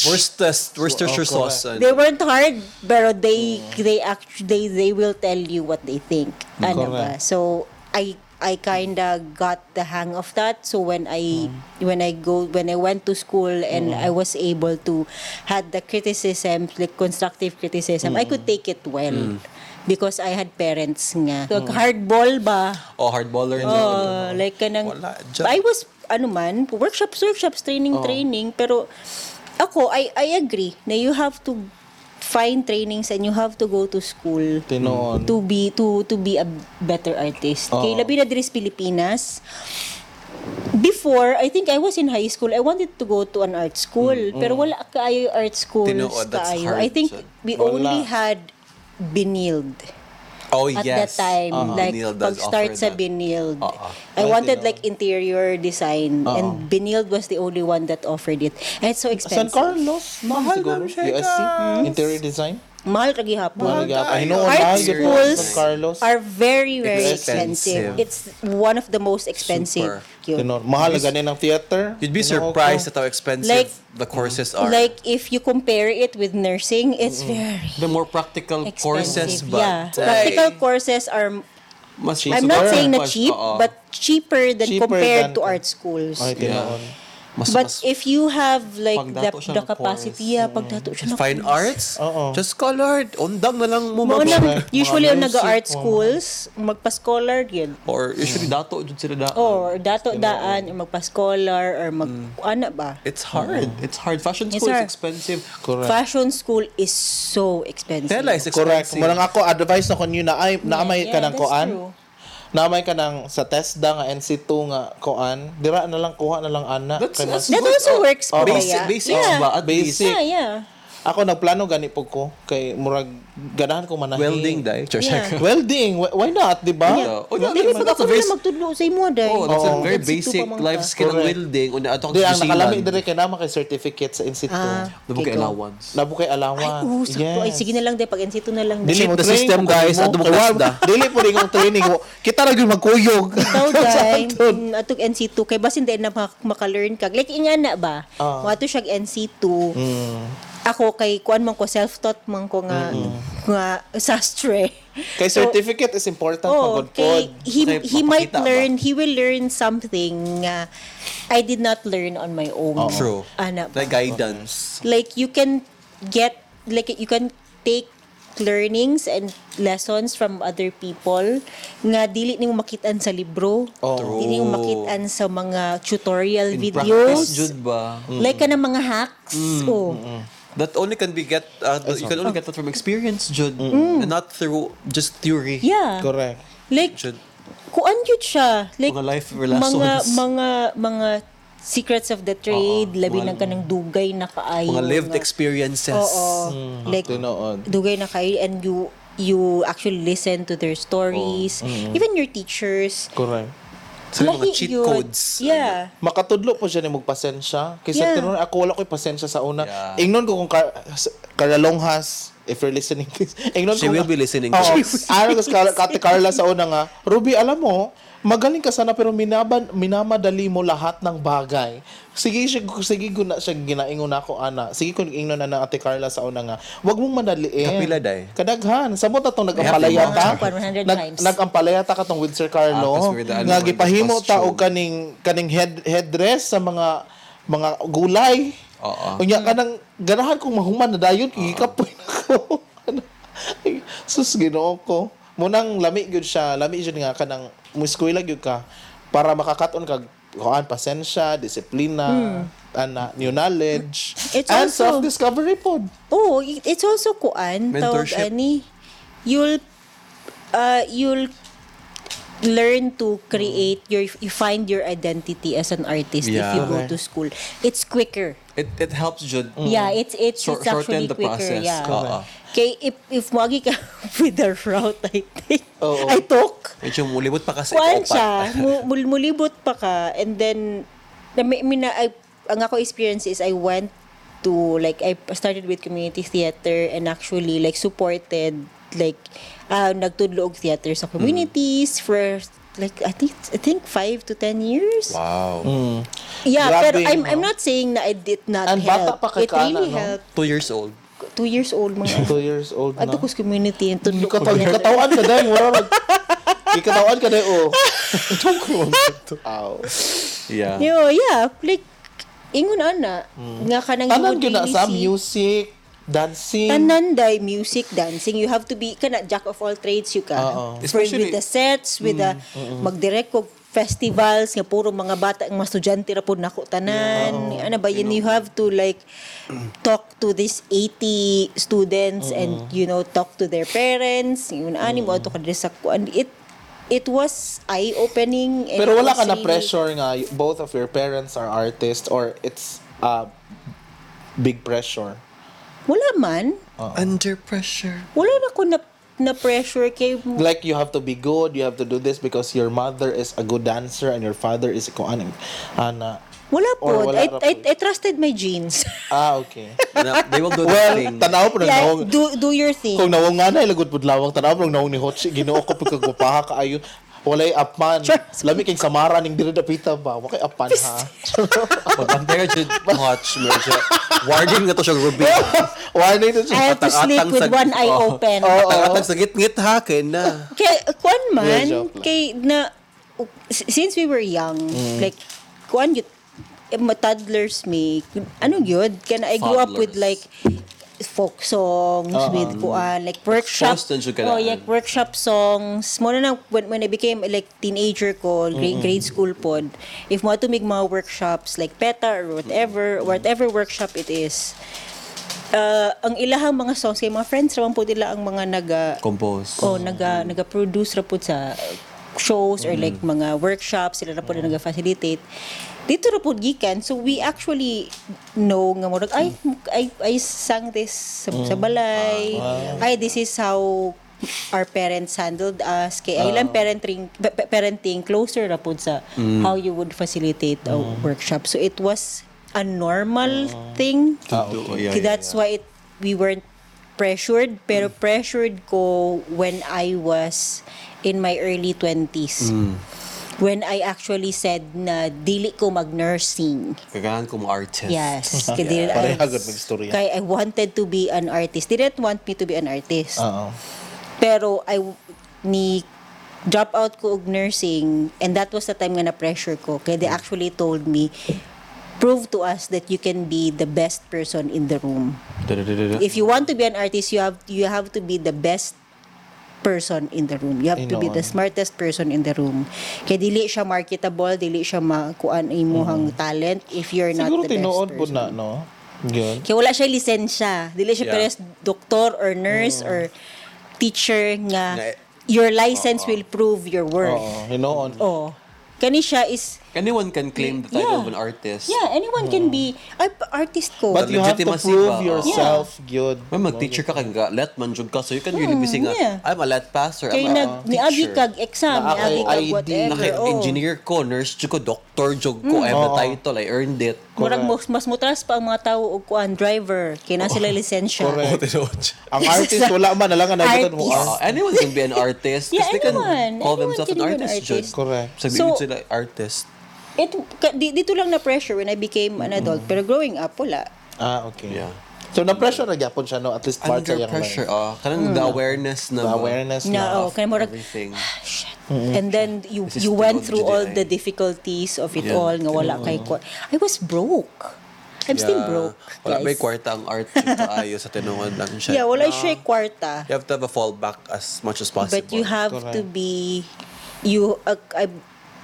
S3: Worstest, Worcestershire
S4: Oh,
S3: sauce.
S2: they
S3: and-
S2: weren't hard but they they act they they will tell you what they think ano ba
S4: Correct.
S2: so i i kind of got the hang of that so when i when i go when i went to school and i was able to had the criticism like constructive criticism i could take it well because i had parents nga so hardball ba
S3: Oh, hardballer.
S2: Oh, like kanang
S3: Wala, dyan. Oh.
S2: I was ano man, workshops, workshops, training, training, pero ako I I agree na you have to find trainings and you have to go to school
S4: Tinoon.
S2: to be to to be a better artist.
S3: Oh.
S2: Kay labi na diri sa Pilipinas. Before, I think I was in high school. I wanted to go to an art school, pero wala kaayo art schools
S3: Mm, Tinuod, that's
S2: kaayo.
S3: hard
S2: I think
S3: dyan.
S2: we
S4: Wala.
S2: only had Binild
S3: Oh,
S2: at
S3: yes.
S2: that time.
S4: Uh-huh.
S2: Like,
S3: Benilde does
S2: pag-start
S3: offer
S2: sa
S3: that.
S4: Uh-uh.
S2: Benilde.
S3: Oo.
S2: I
S4: Ay,
S2: wanted
S4: tinawag.
S2: like interior design. And Benilde was the only one that offered it. And it's so
S4: Uh-uh. San
S2: expensive.
S4: Carlos, ma'am,
S3: Mahal,
S4: siguro.
S3: ma'am, siya
S4: USC,
S3: guys.
S4: interior design.
S2: Mahal kagi hapon.
S4: Mahal ka pa. Hinoon,
S2: Art
S4: mahal yun po,
S2: schools
S4: San Carlos.
S2: are very, very expensive.
S3: Expensive.
S2: It's one of the most expensive.
S3: Super.
S2: Yun.
S4: Tinoon. Mahal na ganin ang theater.
S3: You'd be
S4: Tinoon ko.
S3: surprised at how expensive
S2: Like-
S3: the courses are.
S2: Like, if you compare it with nursing, it's very
S3: the more practical courses,
S2: expensive.
S3: but...
S2: yeah.
S3: ay,
S2: Practical courses are,
S3: mas
S2: I'm
S4: So,
S2: not
S4: parang
S2: saying na
S3: mas-
S2: cheap,
S3: oo.
S2: but cheaper than
S4: uh-uh. Cheaper
S2: compared
S4: than-
S2: to art schools.
S4: Ay, tinoon.
S3: mas,
S2: But
S3: mas-
S2: if you have like the,
S3: Pagdato siya
S2: the
S3: ng
S2: capacity, yeah, pagdato siya ng
S3: Fine
S2: course.
S3: arts?
S4: Oo.
S3: Just colored. Undang na lang mo
S2: Mao
S3: ma'am.
S2: na,
S4: Mga
S2: usually ang
S4: music,
S2: nag-art
S4: mga-
S2: schools, magpa-scholar yun.
S3: Or usually Mm. dato jud sila da.
S2: Or dato daan, or magpa-scholar, or mag,
S3: Mm.
S2: ano ba?
S3: It's hard. It's hard. Fashion
S2: Yes,
S3: school is
S2: sir.
S3: expensive.
S4: Correct.
S2: Fashion school is so expensive.
S3: Tela is
S4: Correct.
S3: expensive.
S4: Murang ako, advice na ko niyo na ay, naamay ka
S2: Yeah, that's
S4: ng koan.
S2: true.
S4: Naamay ka ng sa TESDA nga, NC2 nga koan. Dira na lang, kuha na lang, ana.
S3: That's-
S4: Kay
S3: that's
S4: mas-
S2: That also works
S3: Oh,
S2: pa
S3: basic,
S2: kaya.
S3: basics
S2: yeah.
S3: ba? At least.
S4: Basic.
S2: Yeah, yeah.
S4: Ako nagplano gani po ko kay murag ganahan ko manahi.
S3: Welding, dai. Church.
S2: Yeah.
S4: Welding, wh- why not, 'di ba?
S3: Yeah. Oh, yeah,
S2: Dili
S3: man,
S2: pag
S3: that's
S2: ako
S3: a very-
S2: na magtudlo sa imo, day.
S3: Oh, that's a
S4: Oo.
S3: very
S2: That's it,
S3: basic
S2: tupamang
S3: life
S2: ka.
S3: skill ng
S4: Correct.
S3: welding. Una ato
S4: Di ang nakalami
S3: kusilan.
S4: dire kay nama kay certificate sa NC2.
S2: Ah,
S3: Nabo kay
S2: Kiko.
S3: allowance.
S4: Nabo kay alawan.
S2: Ay, oh, sakto. Ay, sige na lang, day. Pag NC2 na lang. day.
S3: Cheat the system, guys. Adto mo TESDA.
S4: Dili po ring ang training. Wa- Kita ra gyud magkuyog.
S2: Ikaw dai,
S4: Sa aton.
S2: mm, atog NC2 kay basin din na mak- maka-learn ka. Like inga na ba?
S4: Ah.
S2: Mo ato siyag NC2.
S3: Mm.
S2: Ako kay kuan man ko self-taught man ko nga nga sastre.
S4: Kay certificate is important
S2: Oh,
S4: pagod pod.
S2: kay he
S3: Kay
S2: he might
S3: mapakita ba?
S2: learn, he will learn something nga I did not learn on my own.
S3: Oh, True.
S2: Ana ba?
S3: Like guidance.
S2: like you can get like you can take learnings and lessons from other people nga dili nimo makitaan sa libro
S4: Oh.
S3: True.
S2: dili nimo makitaan sa mga tutorial
S3: In practice Mm,
S2: videos
S3: jud ba? Mm.
S2: like ka ng mga hacks oh
S3: That only can be get uh, that Mm. you can only get that from experience jud and not through just theory.
S2: Mm. yeah
S4: Correct.
S2: like
S3: Jud.
S2: kuan yun siya like
S3: Mga life
S2: mga
S3: lessons.
S2: mga mga secrets of the trade
S3: Oo.
S2: labi na
S3: Mga-
S2: ka ng dugay na kaayo
S3: Mga lived
S2: nga-
S3: experiences. Mm.
S2: oo like
S4: Tinood.
S2: dugay na kayo and you you actually listen to their stories even your teachers
S4: Correct.
S3: Sila Oh. Mm-hmm. mga
S2: Lahi
S3: cheat
S2: yun.
S3: codes.
S2: yeah
S4: makatudlo po siya ni magpasensya. Kaysa
S2: Yeah.
S4: tinuro, ako wala ko'y pasensya sa una.
S3: Yeah.
S4: Ingnon ko kung ka, s- Karalonghas, if you're listening to this. Ignon
S3: She
S4: ko
S3: will
S4: nga.
S3: be listening to
S4: Oo.
S3: this.
S4: Ano kasi Carla- Kate Carla sa una nga, Ruby, alam mo, magaling ka sana pero minaban, minamadali mo lahat ng bagay. Sige, siya, sige ko na siya ginaingon ako ana. Sige ko ingnon na ng Ate Carla sa una nga. Wag mong madaliin.
S3: Kapila, day?
S4: Kadaghan. Sabot na tong
S3: Kapila.
S4: nag-ampalaya ta.
S2: Kapila, 100 times.
S4: Nag-ampalaya ta ka tong with Sir Carlo.
S3: Ah, kasi with the
S4: nga
S3: ano,
S4: gipahimo ta
S3: costume.
S4: og kaning kaning head headdress sa mga mga gulay.
S3: Oo.
S4: Unya ka nang ganahan kong mahuman na dayon kay kapoy na ko. Ay, Sus Ginoo ko. Mo nang lami gyud siya, lami gyud nga kanang muskwela gyud ka para makakaton kag kuan pasensya, disiplina, ana new knowledge
S2: It's
S4: and
S2: also-
S4: self-discovery pod.
S2: Oh, it- it's also kuan tawag
S3: Mentorship.
S2: ani. You'll uh, you'll learn to create your you find your identity as an artist if
S3: Mm. Yeah.
S2: you go
S4: Okay.
S2: to school. It's quicker.
S3: It, it helps Jud.
S2: Mm. Yeah, it's it's,
S3: Short-
S2: it's actually
S3: shorten the
S2: quicker.
S3: process. Uh-uh.
S2: Yeah.
S3: Oo.
S2: Okay, if if mogi ka with the route I think.
S4: Oo.
S2: I took.
S3: Mm. Medyo mulibot pa kasi.
S2: Kuan
S3: opat.
S2: siya, mu- mul- mulibot pa ka and then na, may, may na, I, ang ako experience is I went to like I started with community theater and actually like supported like uh, nagtudlo og theater sa communities
S4: Mm-hmm.
S2: for like I think I think 5 to 10 years.
S3: Wow. Mm.
S2: Yeah,
S4: Grabe,
S2: pero I'm
S4: no?
S2: I'm not saying na I did not
S4: And bata
S2: help.
S4: pa kay
S2: It really
S4: Kana, no?
S2: helped.
S3: Two years old.
S2: Two years old mga.
S4: Two years old na.
S2: Ato ko sa community and tudlo ko.
S4: Ikataw-
S2: niya.
S4: Ikatawan ka dahil wala nag... Ikatawan ka dahil oh. Aw.
S3: Yeah.
S2: Yo, yeah, like ingon ana nga kanang you
S4: Mm. Tanan
S2: would
S4: yun na
S2: really
S4: sa
S2: see-
S4: music, dancing.
S2: tanan day music dancing you have to be kana jack of all trades you ka
S4: Oo. Mm.
S2: For-
S3: Especially-
S2: with the sets with the magdirect og festivals nga puro mga bata ang mga estudyante ra pod nako tanan ano ba yun you have to like
S4: Mm.
S2: talk to these 80 students and you know talk to their parents yun ani mo ato ka diri sa kuan. it it was eye opening
S4: Pero wala ka na pressure nga y- both of your parents are artists or it's uh, big pressure.
S2: wala man
S3: Uh-huh. Under pressure.
S2: wala na ko na, na pressure kay
S4: Like you have to be good, you have to do this because your mother is a good dancer and your father is a kuan ana.
S2: wala
S4: Or
S2: po I,
S4: wala ra
S2: I,
S4: pod.
S2: I trusted my genes
S4: Ah, okay.
S3: Na- they will do
S4: well,
S3: that thing.
S4: tanaw po na
S2: Yeah,
S4: nawang-
S2: do do your thing.
S4: Kung nawang nga na ilagod po lawang tanaw po nawang ni Hochi ginoo ko pagkagupaha kaayo. Walay apan. Lami kay samara ning diri dapita ba. Wakay apan ha.
S3: Pag-ampera Jud, watch mo siya. Warning na to siya, Ruby.
S4: Warning to siya.
S2: I have to sleep
S3: Atang-atang
S2: with
S3: sa-
S2: one eye
S3: Oo.
S2: open.
S4: Oo.
S3: Tagatag sa ngit-ngit ha, kaya na.
S2: Kay kuan man
S4: Yeah, joke lang. Mm.
S2: kay na s- since we were young, like kuan yun eh, ma toddlers me. Ano yun? Can I grew up with like
S3: Toddlers.
S2: folk songs
S4: Ah.
S2: with kuan like workshop.
S3: Exposed na dyan ka
S2: Oh,
S3: lang.
S2: yeah, workshop songs. Mo na when, when I became like teenager ko, grade, grade school pod, if mo to make mga workshops like PETA or whatever, whatever workshop it is, uh, ang ilahang mga songs kay mga friends raman po nila ang mga naga
S3: Compose.
S2: oh, naga naga-produce ra po sa shows or like mga workshops sila ra po na naga-facilitate dito ra po gikan so we actually know nga mo ay I, I sang this sa, sa balay ay this is how our parents handled us kay ay lang parenting pa- pa- parenting closer ra po sa how you would facilitate a workshop so it was a normal thing
S3: Ah, okay. Yeah,
S2: K-
S3: yeah,
S2: that's why it, we weren't pressured pero pressured ko when I was in my early 20s when I actually said na dili ko mag nursing
S3: Kagahan ko mo artist.
S2: yes kay dili
S4: Pareha
S2: I,
S4: good mag istorya.
S2: kay I wanted to be an artist didn't want me to be an artist
S4: Oo.
S2: pero I w- ni drop out ko og nursing and that was the time nga na pressure ko kaya they actually told me prove to us that you can be the best person in the room
S3: Da-da-da-da-da.
S2: if you want to be an artist you have you have to be the best person in the room you have to be the
S4: Inoon.
S2: smartest person in the room kaya dili siya marketable dili siya makuan imuhang talent if you're not the
S4: Siguro
S2: best
S4: tinuod po
S2: person
S4: na, no? Yun.
S2: kaya wala siya lisensya. Dili siya
S3: Yeah.
S2: peres doktor or nurse or teacher nga
S3: Nga-
S2: your license will prove your worth.
S4: Oo, hinuon.
S2: Oh. Kani siya is
S3: Anyone can claim the title
S2: Yeah.
S3: of an artist.
S2: Yeah, anyone can be, ay, pa- artist ko.
S4: But you have to
S3: legitimacy ba?
S4: prove
S3: Oo.
S4: yourself, good.
S3: May mag-teacher ka kang lat man jud ka so you can really be saying
S2: Hmm, yeah.
S3: I'm a lat passer.
S2: Kay
S3: I'm a
S2: nag, ni Abi
S3: teacher."
S2: kag exam, ni
S4: Naka-
S2: Abi kag
S4: ID,
S2: whatever. Oh. Hmm.
S3: Naka-
S2: oo.
S3: engineer ko, nurse jud ko, doctor jud ko, I have a
S4: Oo.
S3: title, I earned it.
S2: Murag mas, mas mutras pa ang mga tao og kuan driver kay na
S3: Oh,
S2: sila lisensya.
S4: Correct.
S3: tinuod.
S4: Ang artist, wala man. Nalangan na ito
S2: Artist.
S4: mo. ah.
S3: Uh, anyone can be an artist. 'cause
S2: Yeah,
S3: they can
S2: anyone.
S3: call
S2: Anyone
S3: themselves an
S2: can be an
S3: artist,
S2: artist.
S3: Jud.
S4: Ah, Correct.
S3: Sabihin
S2: So-
S3: sila artist.
S2: It ka- di, dito lang na pressure when I became an adult
S3: Mm.
S2: pero growing up wala.
S4: Ah, okay.
S3: Yeah.
S4: So, na-pressure na gyapon siya, no? At least part sa
S3: Under
S4: iyang
S3: pressure, ah.
S4: life.
S3: Kanang the awareness na.
S4: The
S3: ba?
S4: awareness na.
S2: Na Hmm. oh,
S4: of-
S2: kaya murag
S3: Everything.
S2: shit. And then you
S3: This is
S2: you
S3: the
S2: went
S3: old
S2: through all
S3: GDI.
S2: the difficulties of it
S3: Yeah.
S2: all nga wala kay ko. I was broke. I'm still
S3: Yeah.
S2: broke.
S3: Wala may
S2: Guys.
S3: kwarta ang art jud kaayo sa tinuod lang siya.
S2: Yeah, wala siya kwarta.
S3: You have to have a fallback as much as possible.
S2: But you have to
S4: Correct.
S2: be you uh, I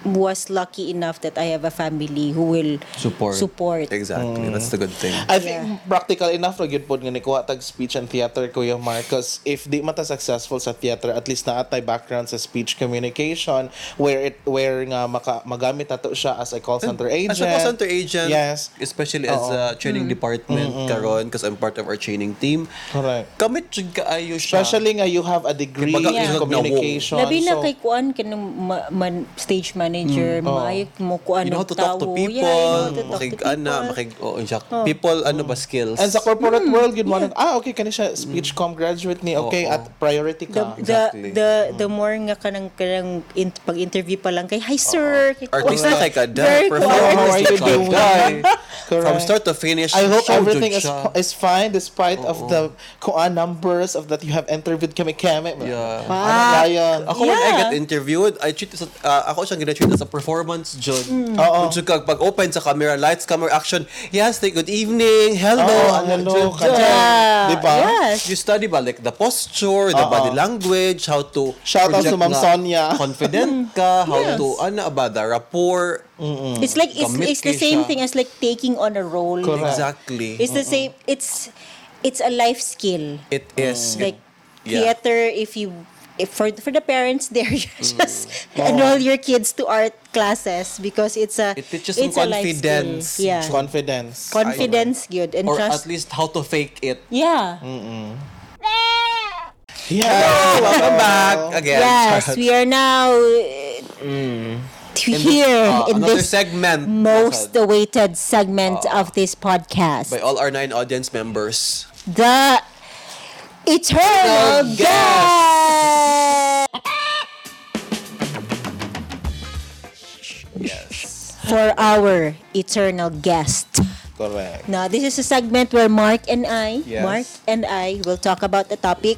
S2: was lucky enough that I have a family who will
S3: support. Mm.
S2: support.
S3: Exactly. That's the good thing.
S4: I think practical enough ra gyud pod nga nikuha tag speech and theater Kuya Marcos if di mata successful sa theater at least naa tay background sa speech communication where it where nga maka, magamit nato siya as a call center agent
S3: As a call center agent,
S4: Yes. Mm.
S3: especially as a training department karon because I'm part of our training team.
S4: Correct.
S3: Kamit jud kaayo siya.
S4: especially nga you have a degree
S3: Kumbaga,
S4: in
S2: Yeah.
S4: communication
S2: Labi na
S4: So, Mm.
S2: kay kuan kanang ma- man, stage manager, maayo
S4: Oh.
S2: mo kuan
S3: you know how
S2: og
S3: to talk to
S2: tawo.
S3: people,
S2: Yeah, you know how to talk
S3: makig
S2: to
S3: ana,
S2: people.
S3: makig oh, siya. people ano ba skills?
S4: and sa corporate
S2: Mm-hmm.
S4: world yun mo ah okay kani siya speech com graduate ni okay
S3: Mm. Oo.
S4: at priority
S2: the,
S4: ka
S2: the,
S3: Exactly.
S2: the, the more nga kanang kanang in, pag-interview pa lang kay hi sir kay kuan."
S3: Artista kay kada,
S2: Very
S3: performer
S4: correct.
S3: kay
S4: How are you
S3: kada.
S4: doing? Correct.
S3: From start to finish,
S4: I hope
S3: show jud
S4: everything is,
S3: siya.
S4: is fine despite of the kuan numbers of that you have entered kami kami.
S3: Yeah.
S4: Ano nga yan?
S3: Ako when I
S2: Yeah.
S3: got interviewed, I treat as a, uh, ako siyang gina-treat as a performance jud.
S4: Mm. Oo.
S3: Jud kag pag open sa camera, lights, camera action. Yes, like, good evening. Hello.
S4: Oo,
S3: ano,
S4: hello,
S3: jud,
S4: ka-
S3: jud.
S2: Yeah.
S4: Di ba?
S2: Uh, Yes.
S3: You study ba like the posture, the
S4: Oo.
S3: body language, how to
S4: Shout out
S3: project
S4: to Ma'am
S3: na
S4: Sonia.
S3: Confident ka, how
S2: Yes.
S3: to ano ba the rapport.
S2: it's like it's,
S3: Gamit
S2: it's the
S3: kay
S2: same
S3: siya.
S2: thing as like taking on a role
S4: Correct.
S3: Exactly.
S2: it's the same it's it's a life skill
S3: it is
S2: Mm. like
S3: yeah. Mm.
S2: theater if you if for for the parents there you just enroll your kids to art classes because it's a
S3: It teaches them
S2: it's a life skill.
S3: confidence.
S2: yeah
S4: Confidence.
S2: confidence good and
S3: or
S2: trust
S3: at least how to fake it.
S2: yeah
S4: yeah.
S3: Welcome back again.
S2: yes we are now uh, here
S3: Mm. Uh,
S2: in
S3: another
S2: this
S3: segment.
S2: most
S3: Nasad.
S2: awaited segment
S3: Uh,
S2: of this podcast
S3: by all our nine audience members.
S2: the eternal
S3: Eternal
S2: guest
S3: Yes.
S2: for our eternal guest
S4: Correct.
S2: Now, this is a segment where Mark and I,
S4: Yes.
S2: Mark and I will talk about a topic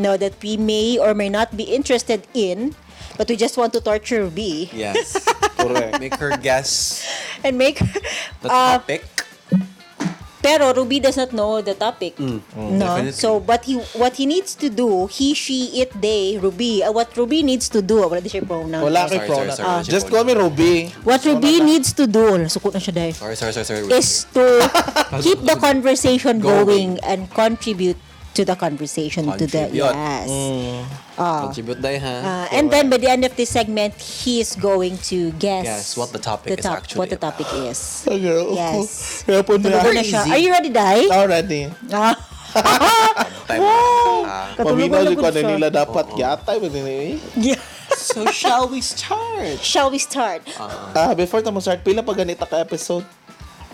S2: now that we may or may not be interested in, but we just want to torture B
S3: Yes.
S4: Correct.
S3: Make her guess
S2: and make
S3: the
S2: uh,
S3: topic.
S2: pero Ruby does not know the topic. no.
S3: Oh. definitely.
S2: So what he what he needs to do, he, she, it, they, Ruby, uh, what Ruby needs to do, uh, wala di siya pronoun.
S4: Wala
S3: Sorry,
S4: kay
S3: sorry,
S4: pronoun.
S2: Ah.
S3: sorry, sorry.
S4: Just call me Ruby.
S2: What Ruby needs to do, sukot na siya dahil,
S3: Sorry, sorry, sorry, sorry.
S2: is to keep the conversation going,
S3: Going.
S2: and contribute to the conversation to the
S3: Contribute.
S2: yes.
S3: Contribute tayo,
S2: Uh,
S3: ha?
S2: and then by the end of this segment, he is going to guess,
S3: Guess what the topic is actually
S2: What the topic is.
S4: Okay.
S2: Yes.
S4: Kaya po na.
S2: Tulog na siya. Are you ready, Dai?
S4: Already.
S2: Ah.
S3: Time.
S2: Wow! Katulog
S4: Paminaw
S2: na
S4: yung
S2: po
S4: kanan nila
S2: siya.
S4: dapat eh, yata. but anyway.
S2: Yeah.
S3: so shall we start?
S2: Shall we start?
S3: Uh,
S4: Ah, before tamo start, pila pa ganita ka episode?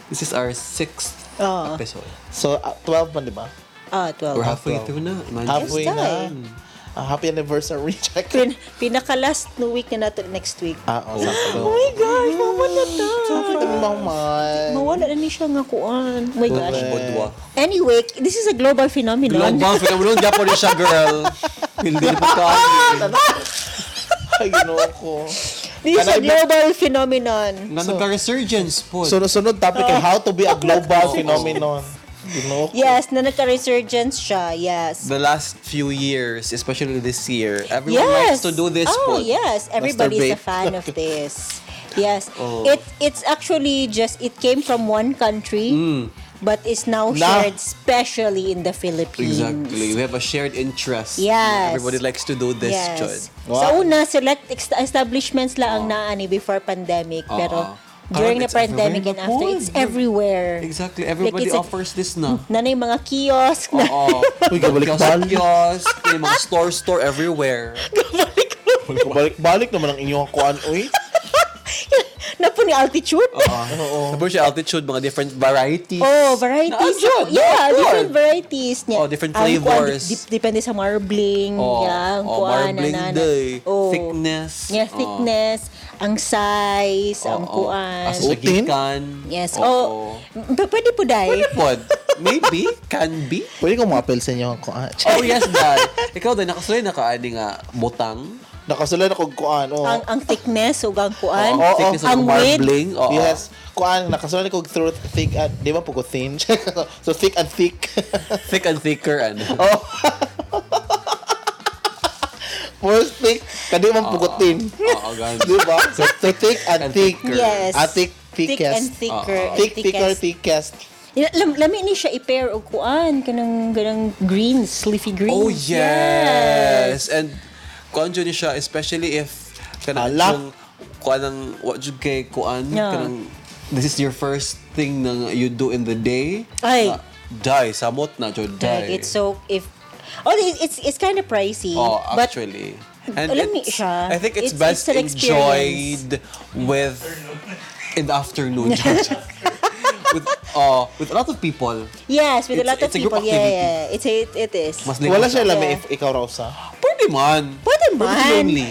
S3: This is our sixth
S2: Oo.
S3: episode.
S4: So, ah, 12 man, di ba?
S2: Ah, 12.
S3: We're halfway through na. Imagine.
S4: Halfway
S2: Yes,
S4: na.
S2: tayo.
S4: Ah, happy anniversary. Check.
S2: Pin- pinaka-last no week na nato next week.
S4: Ah, oh, sakto.
S2: Oh my gosh,
S3: Mm.
S2: mawala na.
S4: Sakto, mamay.
S2: Mawala na ni siya nga kuan. Oh my gosh.
S3: Budwa.
S2: Anyway, this is a global phenomenon.
S3: Global phenomenon Japanese siya, girl. Hindi pa ka.
S4: Ay, ginoo ko.
S2: This is a
S4: Can I be-
S2: global phenomenon.
S3: Na nagka-resurgence po.
S4: Sunod-sunod topic ay how to be a global phenomenon. Ginoo ko.
S2: Yes, na nagka-resurgence siya. Yes.
S3: the last few years, especially this year, everyone
S2: yes.
S3: likes to do this
S2: Oh,
S3: po.
S2: yes. Everybody's a
S3: Masturbate.
S2: fan of
S3: Oh. Mm.
S2: this. Yes. It it's actually just it came from one country. but is now
S4: Na-
S2: shared especially in the Philippines.
S3: Exactly. We have a shared interest.
S2: Yes.
S3: Everybody likes to do this, Jud.
S4: Wow.
S2: Sa una, select ex- establishments lang ang naani before pandemic.
S3: Oo.
S2: Pero
S3: Karon,
S2: during the
S3: it's everywhere
S2: pandemic
S3: na
S2: and after,
S3: po.
S2: it's everywhere.
S3: Exactly. Everybody
S2: it's a-
S3: offers this na.
S2: Na na yung mga kiosk na
S3: Oo.
S4: Uy, gabalik
S3: Kiosk,
S4: pal.
S3: kiosk, may mga store, store everywhere.
S4: Balik-balik naman ang inyong kuan, uy.
S2: na po ni altitude.
S3: Oo. Ah. Tapos siya altitude, mga different varieties.
S2: Oh, varieties.
S3: Naasan?
S2: yeah,
S3: Naasan?
S2: different varieties niya.
S3: Oh, different
S2: Ang kuwan,
S3: flavors.
S2: dip- depende sa marbling.
S3: Oo.
S2: yeah, ang
S3: Oo,
S2: kuwan,
S3: marbling
S2: nanana.
S3: day.
S2: Oh.
S3: oh, Thickness.
S2: Yeah,
S3: Oo.
S2: thickness. Ang size, ang
S3: Oo.
S2: kuan.
S3: Asagikan.
S2: Yes.
S3: Oo.
S2: Oh, p- pwede po dahil.
S3: Pod. Maybe. Can be.
S4: Pwede kong ma-appel sa inyo ang kuan.
S3: Oh, yes, dad. Ikaw din, nakasulay na ka, ani nga, butang.
S4: Nakasulay na kog kuan, oh.
S2: Ang, ang thickness, ug ang kuan.
S4: Oo,
S3: thickness
S2: ang
S3: ng
S2: width.
S3: marbling. Oo.
S4: Yes. Kuan, nakasulay na kog through thick at, di ba po ko thin? so thick and thick.
S3: Thick and thicker, ano.
S4: More thick, kadi man po ko thin.
S3: Oo, oh, ganun.
S4: Di ba? So thick and
S3: And
S4: thick.
S3: thicker.
S2: Yes.
S4: Ah, thick,
S2: Thick and
S4: thickest.
S2: thicker. and
S4: Thick, thicker,
S2: thickest.
S4: thickest.
S2: Ila- Lam, lami ni siya i-pair og kuan kanang ganang greens, leafy greens.
S3: Oh, yes. And kuan jud ni siya especially if kanang
S4: Ala.
S3: yung kuan ng what jud kay kuan
S2: Yeah.
S3: kanang this is your first thing na you do in the day.
S2: Ay.
S3: Na, die samot na jud
S2: Like,
S3: die.
S2: it's so if Oh, it- it's it's kind of pricey.
S3: Oh,
S2: but
S3: actually.
S2: alam mo
S3: it's-
S2: siya,
S3: I think
S2: it's-
S3: it's, best
S2: it's an experience.
S3: enjoyed with in the afternoon. jud. with uh, with a lot of people.
S2: Yes, with a
S3: It's-
S2: lot of
S3: it's a group
S2: people. Yeah,
S3: activity.
S2: yeah. It's it, it is.
S3: Mas ligaw
S4: Wala
S3: siya.
S4: siya lami
S2: Yeah.
S4: if ikaw raw sa.
S3: Pwede man.
S2: Pwede
S3: Pwede
S2: man.
S3: lonely.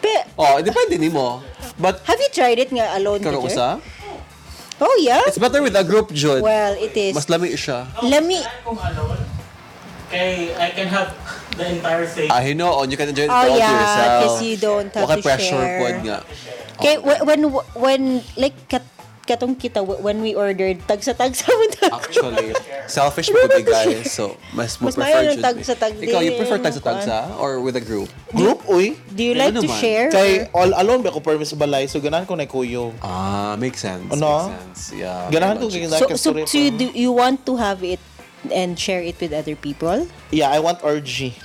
S2: Pe-
S3: Oh, depende ni mo. But
S2: have you tried it nga alone,
S3: karo
S2: teacher?
S3: usa.
S2: Oh, yeah.
S3: It's better with a group, Jud.
S2: well, it is.
S3: Mas lami siya.
S2: Lami.
S5: kung alone, kay I can have the entire thing.
S3: Ah, you know, you can enjoy it
S2: Oh,
S3: all to
S2: yeah,
S3: yourself.
S2: 'cause you don't have
S3: Waka
S2: to
S3: pressure
S2: share.
S3: pod nga.
S2: Okay, wh- when when like kat katong kita wh- when we ordered tag sa tag sa mga
S3: Actually, selfish po
S2: Wala
S3: di
S2: ba to
S3: guys. So, mas mo
S2: Mas
S3: prefer
S2: maayo ng
S3: Jud
S2: tag
S3: ni.
S2: sa tag
S3: Ikaw, you
S2: din, ano
S3: prefer tag sa tag
S2: kuwan.
S3: sa or with a group?
S4: Group, uy.
S2: Do you
S3: Ano
S2: like to
S3: naman?
S2: share?
S4: Kay all alone ba ko permis balay, so ganahan ko na kuyog.
S3: Ah, makes sense.
S4: Ano?
S3: Makes sense. Yeah.
S4: Ganahan ko
S3: may logic.
S4: kaya
S2: so, so,
S4: like
S2: so you, do, you want to have it and share it with other people?
S4: Yeah, I want orgy.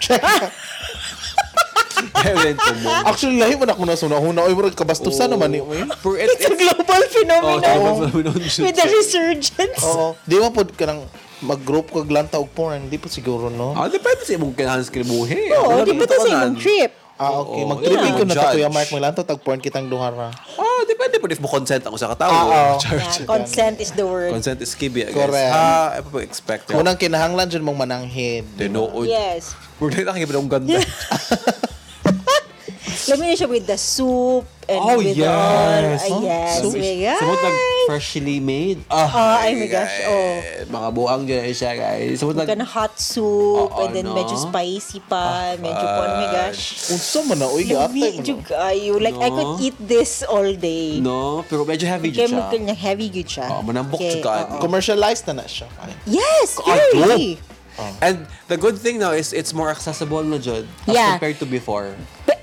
S3: Heaven to mo.
S4: Actually, lahi man ako na sunahuna. Uy, murag kabastusan naman ni uy.
S3: ano For it,
S2: It's a global
S3: Oh,
S2: phenomenon
S3: tama pala nun, Jud.
S2: with the resurgence.
S4: Oo. Di ba po ka nang mag-group kag lanta og porn? Di po siguro, no?
S3: Ah, depende sa imong kailangan sa kinabuhi.
S2: Oo,
S3: Wala
S2: Oh, di ba ito
S3: bang
S2: sa
S3: tawanan?
S2: imong trip?
S4: Ah, okay.
S3: Oo.
S4: Mag-tripping
S3: Yeah.
S4: ko na ta, Kuya
S3: Judge.
S4: Mark. May lanta tag porn kitang duhara.
S3: Ah, depende po if mo consent ang usa ka tawo.
S4: Ah, oo.
S3: Char-
S2: Yeah, consent is the word.
S3: Consent is key, yeah, guys.
S4: Correct.
S3: Ha, pa expect.
S4: Unang kinahanglan dyan mong mananghid.
S3: Tinuod.
S2: Yes.
S3: Huwag na nakikita ng ganda.
S2: Lamin na siya with the soup and
S3: Oh,
S2: with
S3: yes.
S2: all. Ah,
S3: Oh,
S2: yes.
S3: So,
S2: we got-
S3: Sumot nag freshly made.
S2: Ah, ay, my gosh, oh.
S3: Mga buang dyan na siya, guys. Sumot nag...
S2: Kana hot soup
S3: Oo,
S2: and then
S3: no?
S2: medyo spicy pa, medyo po, oh my gosh.
S4: Unsa man na, uy,
S2: Lami,
S4: giatay mo.
S2: jug ayo. Like, I could
S3: No?
S2: eat this all day.
S3: No, pero medyo heavy
S2: Kaya
S3: dyan
S2: mo
S3: siya.
S2: kanya heavy good siya.
S3: Oo, manambok
S2: Okay,
S3: jud
S2: oo.
S3: ka.
S4: Commercialized na na siya. Ay.
S2: Yes,
S3: Ah,
S2: very.
S4: Oh.
S3: And the good thing now is it's more accessible na dyan as
S2: Yeah.
S3: compared to before.
S2: Pe-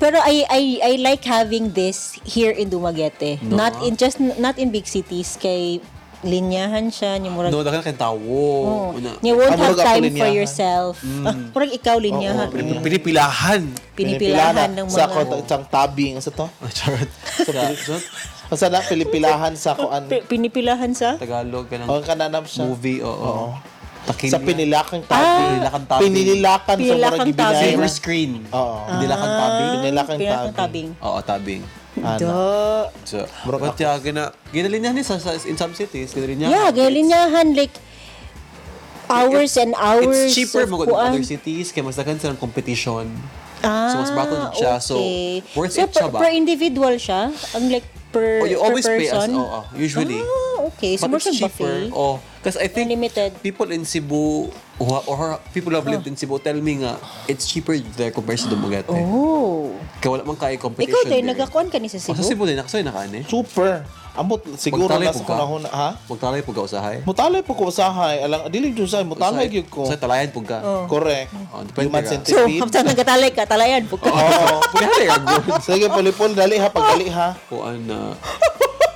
S2: Pero I, I I like having this here in Dumaguete. Not in just not in big cities kay linyahan siya, yung murag
S3: No, dahil kang tawo.
S2: Oo.
S3: Una, Mm.
S2: You won't
S4: Ah,
S2: have
S4: murag ako
S2: time for
S4: linyahan.
S2: yourself. Ah, Murag ikaw linyahan.
S3: Pinipilahan.
S2: Pinipilahan ng mga...
S4: Sa ako, isang tabing. Sa to?
S3: Charot. Sa Jud,
S4: Basta na, pilipilahan sa kuan.
S2: Pi- pinipilahan sa?
S3: Tagalog,
S4: Ang
S3: ganang
S4: kananam Oh, siya.
S3: movie, oo. Takin
S4: Sa
S3: yan.
S4: pinilakang
S3: Ah.
S4: tabing.
S3: Pinilakang tabing.
S4: Pinililakan sa
S2: Pinilakang
S4: murag
S2: tabing.
S4: ibinay.
S3: Silver
S4: na.
S3: screen.
S4: Oo.
S3: Dilakang tabing.
S4: Pinilakang Ano?
S2: Pinakang
S4: tabing.
S2: tabing.
S3: Oo, tabing.
S2: Duh.
S3: So,
S4: Bro,
S3: but yeah, gina, ginalinyahan niya sa, sa, in some cities. Ginalinyahan.
S2: Yeah, kaya linyahan like hours and hours
S3: It's cheaper
S2: of
S3: mo in
S2: kuan.
S3: other cities kaya mas daghan silang competition.
S2: Ah,
S3: So, mas battle siya. So,
S2: okay.
S3: worth
S2: so,
S3: it siya
S2: per,
S3: ba?
S2: per individual siya? Ang like per,
S3: Oh, you
S2: per
S3: always
S2: person?
S3: pay as, oo, usually.
S2: Ah, okay. So,
S3: But
S2: more
S3: it's
S2: siyang
S3: cheaper.
S2: buffet.
S3: Oh, because I think
S2: Unlimited.
S3: people in Cebu or, or people who have lived in Cebu tell me nga it's cheaper there compared sa Dumaguete.
S2: Oh.
S3: Kaya wala man kaya competition.
S2: Ikaw tayo,
S3: there.
S2: nagkakuan ka ni sa
S3: Oh,
S2: Cebu?
S3: sa Cebu din, nakasoy na kaani.
S4: Super. Ambot,
S3: eh.
S4: siguro
S3: Magtalay
S4: nasa
S3: po ka.
S4: kunahon. Ha?
S3: Magtalay po ka usahay.
S4: Mutalay po ko usahay. Alang, dilig doon sa mutalay
S3: Usahay-
S4: yun ko.
S3: Usahay talayan po ka.
S4: Correct.
S3: Oh, depende
S4: Human
S3: ka.
S2: So,
S4: centipede.
S2: kapsa nagkatalay ka, talayan
S3: Oh.
S2: po ka.
S4: Oo.
S3: Pwede ka good.
S4: Sige, palipol. Dali ha, pagdali ha.
S3: Kuan na.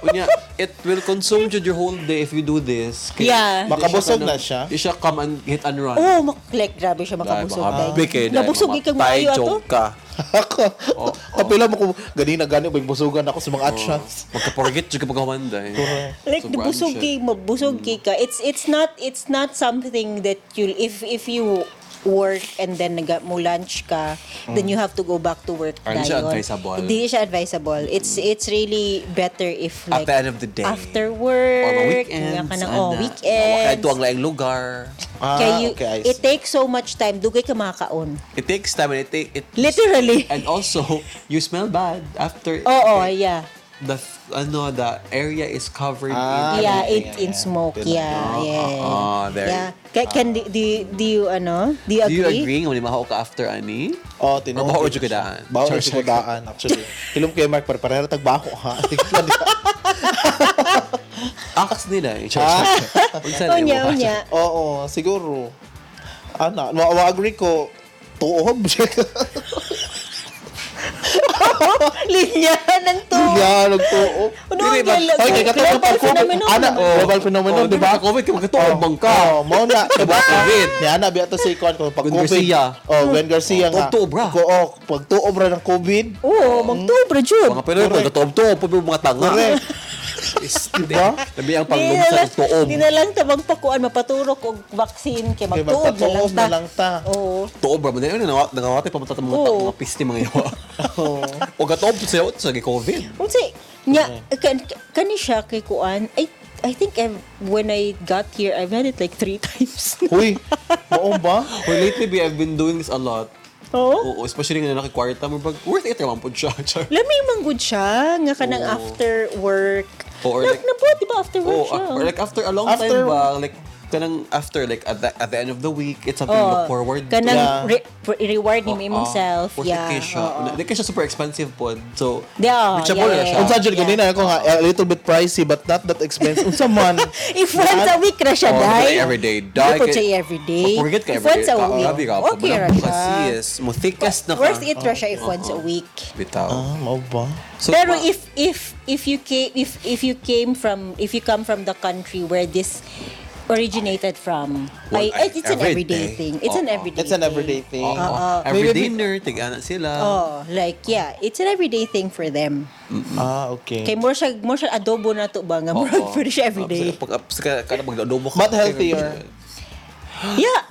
S3: Unya, it will consume you your whole day if you do this.
S2: Yeah.
S4: Makabusog
S3: di
S4: na siya?
S3: Di siya come and hit and run.
S2: Oh, mak- like, grabe siya
S3: Dahil
S2: makabusog.
S3: baka
S2: guys.
S3: big eh, dahil
S2: Nabusog ikang
S3: mamatay,
S2: mayo ato.
S3: joke ka.
S4: Ako,
S3: Oh,
S4: kapila mo ko, ganina gani, may busugan ako sa mga actions.
S3: Magka-forget yung kapag eh. humanday.
S2: Like
S3: So,
S2: the
S3: grabe
S2: busog
S3: siya. Mm.
S2: kay mabusog kay ka. It's it's not it's not something that you if if you work and then naga mo lunch ka, then you have to go back to work.
S3: Hindi Mm. siya
S2: dayon.
S3: advisable.
S2: Hindi siya advisable. It's it's really better if like
S3: At the end of the day.
S2: after
S3: Or mga
S2: work,
S3: weekends. ano?
S2: nga ka na,
S3: ana.
S2: oh,
S3: Wakay
S2: weekends.
S3: tuwang laing lugar.
S4: Ah,
S2: Kaya you,
S4: okay, I
S2: it
S4: see.
S2: takes so much time. Dugay ka makakaon.
S3: It takes time and it, take, it
S2: Literally.
S3: And also, you smell bad after.
S2: Oo, yeah.
S3: The, ano, the area is covered
S2: yeah,
S3: in.
S4: Ah, yeah,
S2: it
S4: yeah,
S2: in
S4: yeah.
S2: smoke. Yeah, yeah.
S3: ah, ah, there.
S2: Yeah. Can, can do, do, do you ano? Do you
S3: Do you
S2: agree?
S3: agree nga ni mahaw ka after ani?
S4: Oh, tinuod.
S3: Or bawal jud ko daan.
S4: Bawal
S3: Sorry,
S4: jud ko daan, actually. Kilom kay Mark, parparera tagbaho, ha? Tignan niya.
S3: Akas nila eh. Char- char- char. Unsa na
S2: Oh,
S3: yung
S2: nya,
S3: mga-
S2: oh, nya.
S4: Ah, Oo, siguro. Ana, ma- ma-agree ko, tuob siya ka.
S2: Linya ng to.
S4: Yan, nagtuob.
S2: Ano
S3: Dili
S2: ang
S3: ba-
S2: gala-
S4: Okay, katulad
S2: global
S4: pag COVID.
S2: phenomenon.
S4: Ana,
S3: Oh,
S4: global phenomenon,
S3: oh,
S4: di ba?
S3: Ka COVID, kaya magkatuog bang ka.
S4: Oh, mao na, di ba?
S3: COVID.
S4: Ni ana biya to si Kwan, pag
S3: Gwen
S4: COVID.
S3: Garcia.
S2: Hmm.
S4: Oh, Gwen Garcia nga.
S3: Tuob-tuob ra.
S4: Ko, oh, pag tuob ra ng COVID.
S2: Oo, magtubra, Jude.
S3: Mga pero yung magkatuog-tuog pa yung mga tanga.
S4: Correct.
S3: Is- Diba? Labi ang panglumsa ng tuog.
S2: Di na lang ta magpakuan, mapaturok og vaccine kay
S4: Kaya
S2: magtuob na lang
S4: magpatuob
S2: ta.
S4: na lang ta.
S2: Oo.
S3: Tuog ba? Manila ano yun, nangawa- nangawatay pa matata mga
S2: Oo.
S3: tanga, mga piste mga yawa.
S4: Oh.
S3: O katuog sa yawa, sa COVID.
S2: Unsi, nya,
S3: Mm-hmm.
S2: eh, kan, kani siya kay Kuan, I, I think I've, when I got here, I've had it like three times.
S4: Huy, mao ba?
S3: Well, lately, B, I've been doing this a lot.
S2: Oo.
S3: Oo, especially nga na nakikwarta mo. Bag, worth it, naman po siya. Char.
S2: Lamay man gud siya, nga kanang
S3: Oo.
S2: after work.
S3: Oo, Oh. or
S2: Nak-
S3: like-
S2: nabuhat, di ba, after work
S3: Oh,
S2: siya?
S3: or like after a long
S4: After-
S3: time ba, like kanang after like at the, at the end of the week, it's something to look forward to.
S2: Oh.
S3: Ah,
S2: kanang
S4: Yeah.
S2: re- re- reward ni mo imong self.
S3: Worth
S2: Yeah.
S3: it kay siya.
S2: oo.
S3: Di kay siya super expensive po. So,
S2: Yeah, yeah,
S3: reachable na siya.
S2: yeah,
S4: Unsa jud ganina ako nga a little bit pricey but not that expensive. Unsa man?
S2: If once a week na siya,
S3: Oh,
S2: dai.
S3: every day.
S2: Di
S3: Die
S2: ko siya everyday.
S3: Oh, Forget ka
S2: If
S3: everyday.
S2: once a
S3: Ka-
S2: week.
S3: Ah, Grabe ka.
S2: Okay ra
S3: Pumunang
S2: siya.
S3: Yes, mo thickest na ka.
S2: Worth it ra siya if once a week.
S3: Bitaw.
S4: Ah, mao ba?
S3: So, ah,
S2: Pero
S3: ma-
S2: if if if you came if if you came from if you come from the country where this originated from,
S3: Well, Oh,
S2: I, it's an
S3: every
S2: everyday
S3: day.
S2: thing. It's an
S3: Oo.
S2: everyday.
S4: It's an
S2: thing.
S4: everyday thing.
S3: Oo. ah, every dinner, tig-ana sila.
S2: Ah, Oh, like yeah, it's an everyday thing for them.
S4: Ah,
S3: Mm.
S4: okay.
S2: Kay more siya more siya adobo na to ba
S3: Oh, Ah,
S2: nga murag pwede siya everyday.
S3: Pag, pag, pag, kada mag-adobo ka.
S4: But healthier.
S2: Yeah.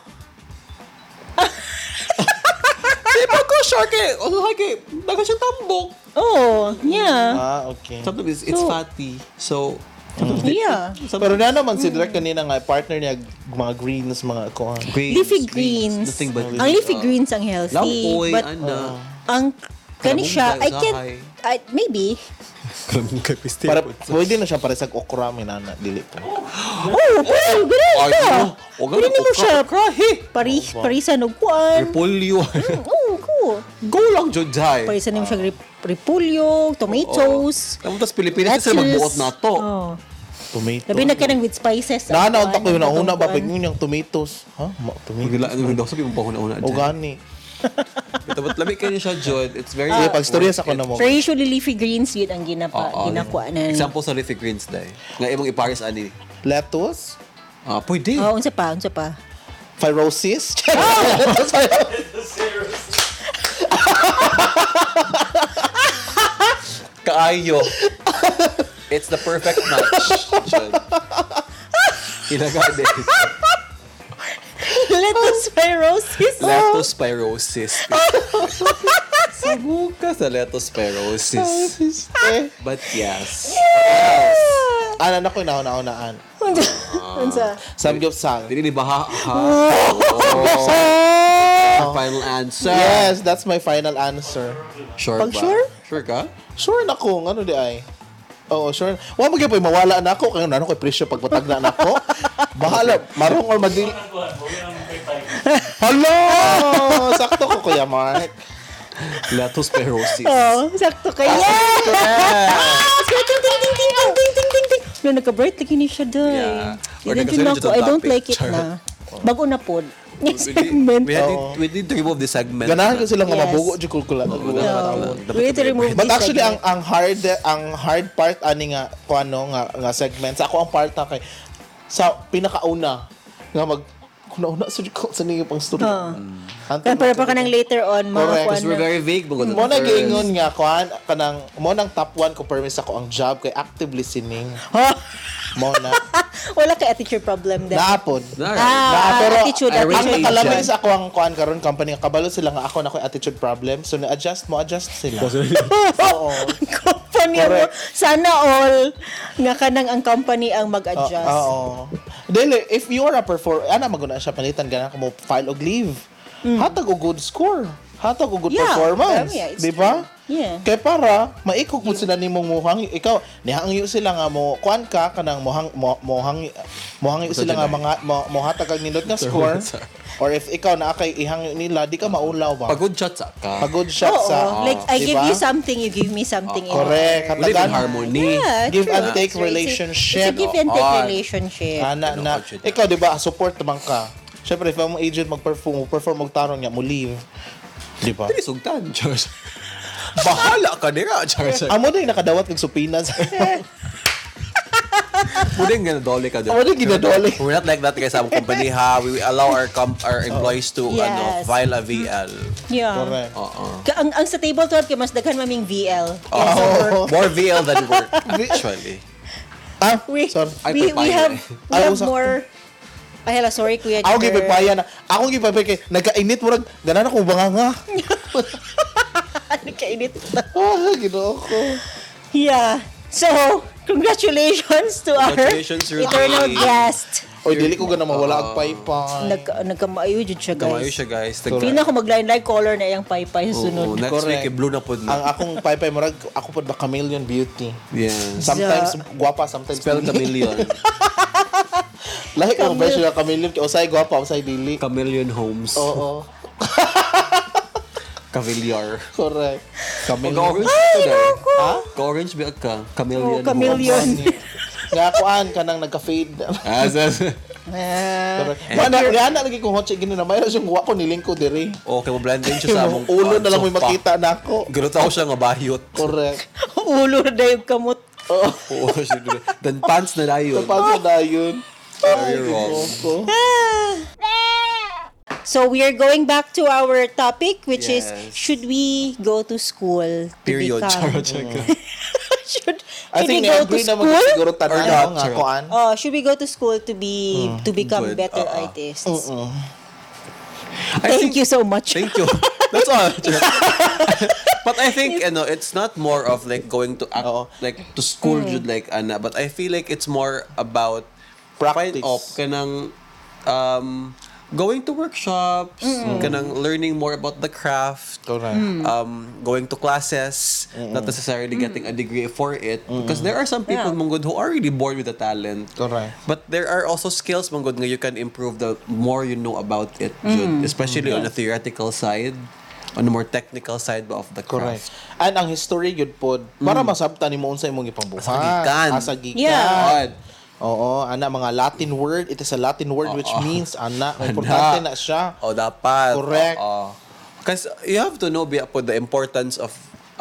S3: Di ba ko sure kay, ano ha kay, daga siyang tambok.
S2: Oh, yeah.
S4: Ah, okay.
S3: Sometimes it's, it's
S2: So-
S3: fatty. So, Mm.
S2: Yeah.
S4: Pero na naman si Direk kanina nga, partner niya, mga greens, mga kuhan.
S3: greens,
S2: Leafy greens.
S3: Nothing but
S2: Ang leafy
S3: uh,
S2: greens ang healthy.
S3: Lampoy,
S2: but
S3: ana.
S2: ang kani siya, I
S3: Kalabungga,
S2: can't,
S3: usahay.
S2: I, maybe.
S3: Kalabungga, piste.
S4: Para, pwede na siya para sa okra, may nana, dili po.
S2: Oh, pwede, ganun
S3: Ay,
S2: ka.
S3: no. O, ganun,
S2: Pwede mo
S3: okra,
S2: siya,
S3: okra, he.
S2: pari, parisan o kuan. Oh,
S3: Repolyo.
S2: Oo, ko.
S3: Go lang, Jodzai.
S2: Parisan mo siya rip- repulyo, tomatoes.
S3: Tapos tas Pilipinas kasi
S2: lettuce.
S3: magbuot na to.
S2: Oh.
S4: Tomato.
S2: Labi na ka ng with spices. ang kuan,
S4: Nana, unta ko yun,
S2: ang
S4: una ba,
S2: kuan.
S4: pag yun yung tomatoes. Ha? Ma,
S3: Magila,
S4: tomatoes.
S3: ano yung sabi mo pa una-una dyan.
S4: O gani.
S3: Tapos lamig kayo siya, Jod. It's very...
S4: Sige, pag storya sa ko na mo.
S2: So usually leafy greens yun ang ginapa,
S3: Oo,
S2: ginakuha
S3: Ah, yun.
S2: na.
S3: Example sa leafy greens dahi. Nga imong ipares ani.
S4: Lettuce?
S3: Ah, pwede.
S2: Oh, unsa pa, unsa pa.
S4: Phyrosis?
S3: Kaayo. It's the perfect match, Jod. Ilagay din.
S2: Lettuce pyrosis.
S3: Leptospirosis.
S2: Oh.
S3: Sabog ka sa leptospirosis.
S4: eh,
S3: But yes.
S4: ana na ko, nauna-unaan.
S2: Unsa? Unsa?
S4: Samgyupsal.
S3: Dili ni baha ha. Oh, final answer.
S4: Yes, that's my final answer.
S3: Sure
S4: Pag
S3: ba?
S4: sure?
S3: Sure ka?
S4: Sure na ko, ano di ay. Oo, sure. Wa mo gyapon mawala na ako kay ano kay presyo pagpatag na nako. Bahala, marong or madil. Hello! Oh, Sakto ko kuya Mark.
S3: Leptospirosis.
S2: Oh, sakto ka. Yes! Ting, ting, ting, ting, ting, ting, ting, ting, ting. Wala, nagka-bright lagi ni siya doon.
S3: Yeah. Or
S2: Hindi
S3: nagkasunod
S2: na
S3: siya
S2: ko.
S3: sa
S2: I don't
S3: topic.
S2: like it
S3: Char.
S2: na. Bago na po. segment.
S3: We, had to,
S4: Oo.
S3: we need to remove this segment.
S4: Ganahan ko silang
S2: Yes.
S4: yes. nabugo jud kul kula.
S2: No. Oh. We need to remove
S4: But
S2: this
S4: actually ang
S2: segment.
S4: ang hard ang hard part ani nga ko ano nga, nga segment sa ako ang part na kay sa pinakauna nga mag kunauna sa ko sa ninyo pang story.
S2: Oo. Kaya
S4: Antay
S2: para pa ka ng later on, mga
S4: Correct,
S2: kung
S3: Because we're
S2: ano.
S3: very vague. Mga
S4: mo na giingon nga kuan kanang mo nang top 1 ko permis ako ang job kay active listening.
S2: Huh?
S4: Mo na
S2: Wala kay attitude problem din.
S4: naapod.
S3: Alright.
S2: Ah,
S4: Na- pero
S2: attitude,
S3: I
S4: Ang
S3: really-
S2: attitude.
S4: nakalamin
S3: Agent.
S4: sa ako ang kuan karon company nga kabalo sila nga ako na ko attitude problem. So na-adjust mo, adjust sila. Oo.
S2: Ang company mo, sana all nga kanang ang company ang mag-adjust.
S4: Ah, Oo. Dili, if you are a performer, ana maguna siya palitan ganang ka mo file og leave. Hatag og good score. Hatag og good
S2: Mm. Yeah,
S4: performance.
S2: yeah, it's
S4: di ba?
S2: true. Yeah.
S4: Kay para maikog pud sila nimong muhang ikaw nihangyo sila nga mo kuan ka kanang mohang mo- mohang mohangyo sila nga mga mo, mohatag kag nindot nga score. Or if ikaw na kay ihangyo nila, di ka maulaw ba?
S3: Pagod chat sa ka.
S4: Pagod siya
S2: Oo,
S4: sa... diba?
S2: like, I
S4: Di
S2: give
S4: ba?
S2: you something, you give me something. in
S4: Correct.
S3: We live in
S4: Katagan.
S3: harmony.
S2: Yeah,
S4: Give
S2: true.
S4: and take
S2: It's- it's a-
S4: relationship. Oh, ah,
S2: It's a give and take
S3: Oo.
S2: relationship.
S4: Ana na.
S3: Ano, budget?
S4: Ikaw, di ba, support naman ka. Siyempre, if ang agent mag-perform, perform og tarong niya, mo leave. Di ba?
S3: Dili sugtan, Charles. Bahala ka nira, Charles.
S4: Amo na yung nakadawat ng supinas.
S3: Pwede nga nadole ka doon.
S4: Amo na yung ginadole.
S3: We're not like that guys sa among company ha. We allow our com our employees to
S2: Yes.
S3: ano file a Uh-uh. VL.
S2: Yeah.
S4: Correct.
S3: Oo.
S2: Ka- ang, ang sa table 12, kay mas daghan maming VL. Yes,
S4: Oh.
S3: More VL than work actually.
S4: Ah,
S2: we,
S4: sorry.
S3: Ay,
S2: we, we
S3: papaya.
S2: have, we
S4: Ay,
S2: have
S4: usap-
S2: more... Ay, hala, sorry, Kuya
S4: Ako
S2: Jer.
S4: gipay paya na. Ako gipay kay nagkainit mo rag ganan ako banga nga.
S2: Nagkainit.
S4: Ah, Ginoo ko.
S2: Yeah. So, congratulations to
S3: Congratulations,
S2: our
S3: Rudy.
S2: eternal guest.
S4: Oy, dili ko ganang mawala ang paypay.
S2: Nag, nagkamayo jud siya, guys.
S3: Kamayo siya guys. Tag-
S2: Hindi na ako mag-line-line color na yung paypay sa
S3: Oo,
S2: sunod.
S3: next
S4: Correct.
S3: week, eh, blue na po
S4: ang
S3: na.
S4: akong paypay mo rag ako pod ba chameleon beauty.
S3: Yes.
S4: Sometimes guwapa, sometimes
S3: Spell chameleon.
S4: Lahi ka ba siya chameleon kay usay guwapa, usay dili.
S3: chameleon homes.
S4: Oo,
S3: Cavalier.
S4: correct.
S3: Mag-orange ka
S4: eh.
S3: daw. Ha? Mag-orange ba ka?
S2: Oh,
S3: Chameleon
S2: chameleon.
S3: homes.
S4: Nga kuan ka nang nagka-fade.
S3: Ah, sa-
S2: Ah,
S4: Correct. Wa na wala na lagi kong hotche gini na mayro siyang wa ko niling ko diri.
S3: Okay, mablendin siya sa
S4: Yung
S3: among
S4: ulo na lang mo'y
S3: sofa.
S4: makita na ako.
S3: Ganun ako siya nga bahiyot.
S4: Correct.
S2: ulo na daw yung kamot.
S3: Oo, siya dun. Then pants na dayon.
S4: Tapos na yun.
S3: Very wrong.
S4: Ako.
S2: So we are going back to our topic, which
S3: Yes.
S2: is should we go to school? To
S3: Period.
S2: Become,
S3: Charot, charot.
S2: should
S4: I
S2: should we
S4: think
S2: go to
S4: na-agree naman
S2: school?
S4: siguro
S3: Or
S4: tanan
S3: not,
S4: ako nga
S3: charot.
S4: kuan.
S2: Oh, should we go to school to be to become
S3: good.
S2: better
S3: Mm. Uh-uh.
S2: artists?
S3: I
S2: Thank you so much.
S3: Thank you. That's all. but I think you know it's not more of like going to act, like to school jud like ana but I feel like it's more about find
S4: Practice.
S3: up kanang um going to workshops kanang learning more about the craft
S4: Correct.
S3: um going to classes not necessarily getting a degree for it because there are some people
S2: Yeah.
S3: mungod who are really born with the talent
S4: Correct.
S3: but there are also skills mangod nga you can improve the more you know about it, jud. especially
S4: Mm.
S3: on the theoretical side, on the more technical side of the
S4: Correct.
S3: craft.
S4: And ang history gyud pod para masabtan nimo unsa imong gipangbuhat.
S3: Asagikan.
S4: Asagikan.
S2: Yeah.
S4: Oo, ana mga Latin word, it is a Latin word which means ana
S3: Ana.
S4: importante na siya.
S3: O dapat.
S4: Correct.
S3: Because you have to know biya po the importance of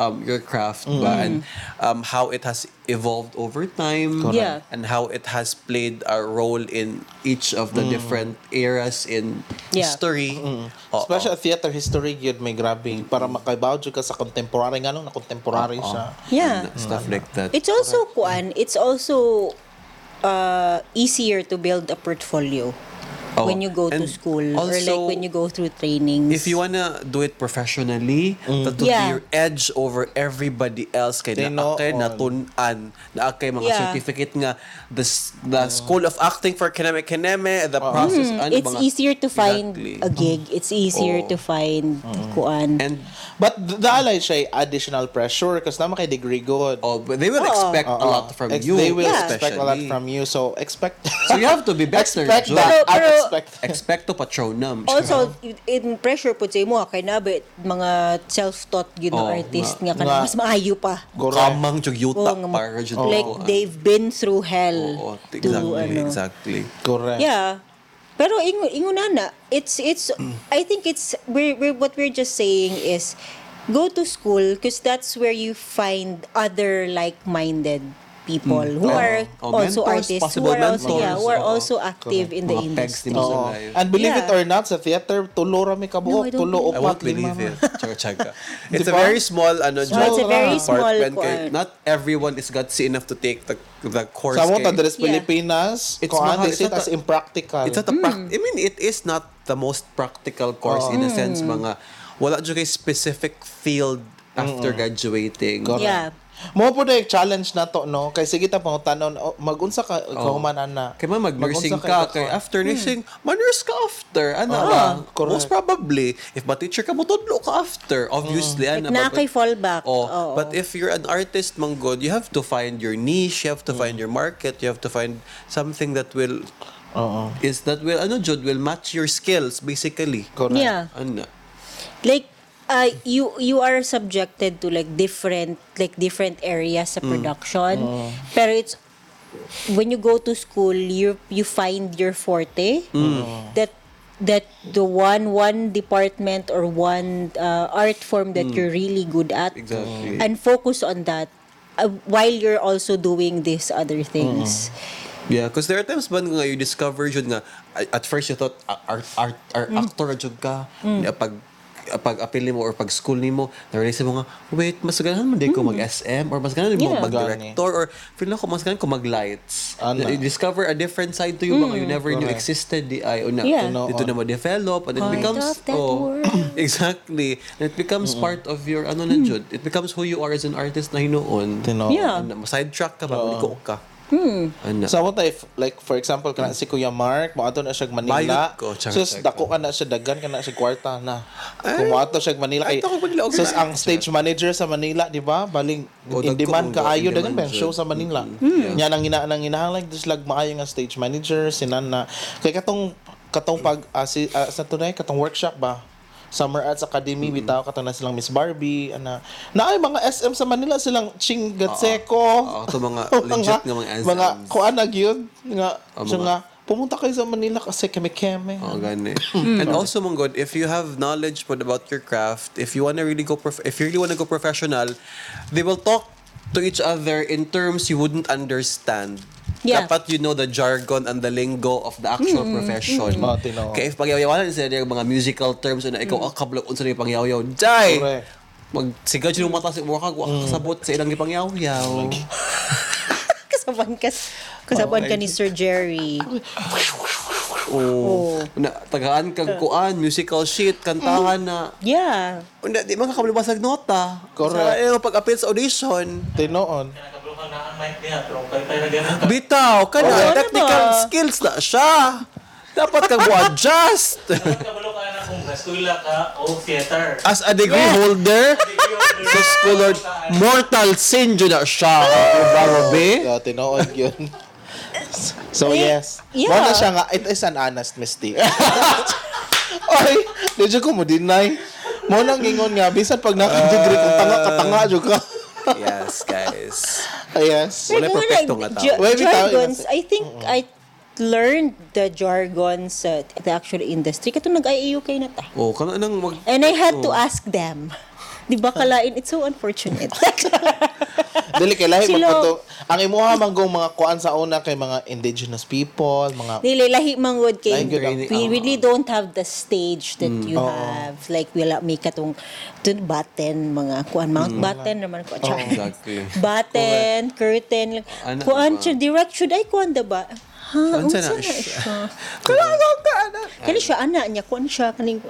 S3: um, your craft ba and um, how it has evolved over time
S2: Correct. Yeah.
S3: and how it has played a role in each of the different eras in
S2: Yeah.
S3: history. Oo. Mm.
S4: Special theater history gyud may grabe para makabaw jud ka sa contemporary nganong na contemporary siya.
S2: Yeah.
S3: Stuff like that.
S2: It's also kuan, it's also uh, easier to build a portfolio
S3: Oh,
S2: when you go to
S3: and
S2: school or
S3: also,
S2: like when you go through trainings.
S3: If you wanna do it professionally,
S4: Mm.
S3: that would be
S2: Yeah.
S3: your edge over everybody else kay na
S4: Tinoon.
S3: akay natun-an, na akay mga
S2: Yeah.
S3: certificate nga the s- the School of Acting for Kineme Kineme,
S4: Oh.
S3: the process ano
S2: Mm, it's
S3: mga-
S2: easier to find
S3: Exactly. Oh.
S2: a gig. It's easier
S3: Oo.
S2: to find kuan.
S3: and
S4: But th- daalay siya ay additional pressure kasi naman kay degree good.
S3: oh, but they will
S2: Oo.
S3: expect a
S4: Oo.
S3: lot from
S4: Uh-uh. Ex-
S3: you.
S4: They will
S2: Yeah.
S4: expect a lot
S3: especially.
S4: from you. So expect
S3: So you have to be better.
S4: expect
S3: Jo.
S2: Pero-
S4: that. I
S2: pero-
S4: expect
S3: Expect to patronum.
S2: Also, in pressure po sa imo ha, kay nabi mga self-taught you know,
S3: Oo,
S2: artist nga,
S3: nga.
S2: kanang
S4: Nga.
S2: mas maayo pa.
S4: Correct.
S3: kamang jug yuta
S2: Oo, nga,
S3: para jud
S2: like
S3: mao, ah.
S2: they've been through hell.
S3: Oo,
S2: to,
S3: exactly,
S2: ano.
S3: exactly.
S4: Correct.
S2: Yeah. Pero ingo inguna na, it's it's
S3: Mm.
S2: I think it's we're, we're what we're just saying is go to school because that's where you find other like-minded people who
S3: Oo.
S2: are
S3: Oh,
S2: also
S3: mentors,
S2: artists who
S3: possible
S2: are also yeah,
S3: mentors.
S2: who are
S3: Oo.
S2: also active in the
S3: Mga pegs
S2: industry.
S3: din mo sa
S4: Oo.
S3: live.
S4: And believe
S2: Yeah.
S4: it or not, sa theater, tulo rami ka
S2: No,
S4: buhok,
S2: I don't
S4: tulo
S2: believe
S3: I
S4: upat,
S3: won't believe
S4: lima
S3: it. Char- char ka. It's a
S4: Di ba?
S3: very small ano
S2: So, Diba? it's a very small
S3: department kay
S2: kuan.
S3: not everyone is gutsy enough to take the the course.
S4: Sa mo,
S3: kay-
S2: Yeah.
S4: Tadres Pilipinas,
S3: It's
S4: kuan,
S3: mahal.
S4: they
S3: It's
S4: see it
S3: not
S4: as
S3: a-
S4: impractical.
S3: It's not a
S2: Hmm.
S3: prac- I mean, it is not the most practical course in
S2: Oh.
S3: a sense
S2: Hmm.
S3: mga wala jud kay specific field after graduating.
S4: Correct.
S2: Yeah.
S4: Mo po na yung challenge na to, no? Kay sige ta pang tanon, oh, magunsa ka, kahumanan na.
S3: Kay man mag-nursing ka, kay
S2: Hmm.
S3: after nursing, man-nurse ka after. Ano
S4: Oo,
S3: ba?
S4: Ah, correct.
S3: Most probably, if ba-teacher ka, mutudlo ka after. Obviously,
S2: Hmm.
S3: ano
S2: Na
S3: ba-
S2: kay fallback.
S3: Oh,
S2: Oo.
S3: but if you're an artist, man good, you have to find your niche, you have to
S4: Mm.
S3: find your market, you have to find something that will
S4: Oo.
S3: is that will ano Jud will match your skills basically.
S4: Correct.
S2: Yeah.
S3: Ano?
S2: like uh, you you are subjected to like different like different areas sa production pero it's when you go to school you you find your forte that that the one one department or one uh, art form that you're really good at
S3: Exactly.
S4: Mm.
S2: and focus on that uh, while you're also doing these other things
S3: Yeah, because there are times man nga you discover Jud nga a- at first you thought a- art art, art
S2: Mm.
S3: actor ra Jud ka Na pag pag apil nimo or pag school nimo na-realize mo nga wait mas ganahan man di ko mag SM or mas ganahan
S2: Mm.
S3: mo
S2: Yeah.
S3: mag director or feel na ko mas ganahan ko mag lights
S4: Ano?
S3: you discover a different side to you mga you never knew
S4: Correct.
S3: existed di ay o
S2: Mm.
S3: na
S2: Yeah.
S3: dito na ma-develop and it
S2: Part
S3: becomes oh,
S2: of that world. Mm.
S3: exactly and it becomes part of your ano na Jud it becomes who you are as an artist na hinuon
S4: Tino.
S2: Yeah. Hmm.
S3: Ano, sidetrack ka ba ko ka Ano?
S4: Sa mo tayo, like, for example, kana si Kuya Mark, maato na siya Manila.
S3: Bayot ko, char-
S4: Sus,
S3: char-
S4: dako ka na siya, dagan ka na siya, kwarta na. Kung maato siya Manila.
S3: Ay,
S4: Kay,
S3: dako Manila, og
S4: sus,
S3: man.
S4: ang stage manager sa Manila, di ba? Baling,
S3: O, Oh,
S4: in
S3: dagko ang
S4: demand ka
S3: go,
S4: ayo,
S3: in
S4: dagan ba
S3: demand siya.
S4: yung
S3: Mm-hmm.
S4: show sa Manila? Yan ang ina ang inahanglag, dus lag maayo nga stage manager, sinana. Kay katong, katong pag, ah, si, ah, sa tunay, katong workshop ba? Summer Arts Academy,
S3: Mm-hmm.
S4: bitaw katong na silang Miss Barbie, ana. Naay mga SM sa Manila silang Ching Gatseko.
S3: Oo, ito mga legit nga mga SM.
S4: Mga kuan na gyud nga
S3: Oh,
S4: siya
S3: mga-
S4: nga pumunta kayo sa Manila kasi keme-keme.
S3: Oo, gani. eh. And also, mong God, if you have knowledge po about your craft, if you wanna really go, prof- if you really wanna go professional, they will talk to each other in terms you wouldn't understand.
S2: Yeah.
S3: Dapat you know the jargon and the lingo of the actual profession.
S4: Oo, tinaw.
S3: Kaya if pangyayawanan sila yung mga musical terms na ikaw, mm. akabla unsa na yung pangyayaw, Jai!
S4: Correct.
S3: Mag, sigad yung mata sa mukha, wala kasabot sa ilang ipangyayaw.
S2: kasabuan ka kasabuan ka ni Sir Jerry Oh.
S3: Oo. Na, tagaan kang kuan, musical shit, kantahan na.
S2: yeah
S3: Una, di man ka kabulabasag nota.
S4: Correct.
S3: Sa ano, pag-appeal sa audition.
S4: Tinoon.
S5: Nakablokal na ang mic niya, pero kaya tayo na ganun ka.
S3: Bitaw ka
S2: Oo,
S3: na,
S2: ano
S3: technical
S2: ba?
S3: skills na siya. Dapat kang adjust
S5: Nakablokal na kung gastuila ka o theater.
S3: As a degree holder, sa school or mortal sin yun na siya. Barabe.
S4: Yeah, tinoon yun. so
S2: Eh,
S4: yes.
S2: yeah.
S4: Mo na siya nga it is an honest mistake. Ay, di jud ko mo deny. Mo nang ingon nga bisan pag naka-degree
S3: Ah.
S4: kung tanga ka tanga jud ka.
S3: Yes, guys.
S4: Ay, yes.
S2: Pero
S3: Wala
S2: kung
S3: perfecto nga tao.
S2: jar-
S4: Wala may tao yun
S2: jargons,
S4: kasi.
S2: I think I learned the jargons sa the actual industry. Kato nag-IAU kayo na ta.
S3: Oh, kana nang mag...
S2: And I had to ask them. Di ba kalain? It's so unfortunate.
S4: Dili kay lahi
S2: Silo.
S4: magpato. Ang imuha manggong mga kuan sa una kay mga indigenous people, mga
S2: Nililahi mangod kay
S4: Lahi gyud ang-
S2: we
S3: Oh.
S2: really don't have the stage that
S3: Mm.
S2: you have. Like, wala may katong dun batten, mga kuan, mount batten naman ko. Char.
S3: Mm. Oh, Exactly.
S2: Batten, curtain,
S3: Ano
S2: kuan,
S3: ba?
S2: siya, direct, should I kuan da ba? Ha,
S3: Kuan
S2: unsa na
S3: siya na
S2: siya?
S3: Kalago ka ano? Oh, na.
S2: Kani siya ana niya kuan siya kaning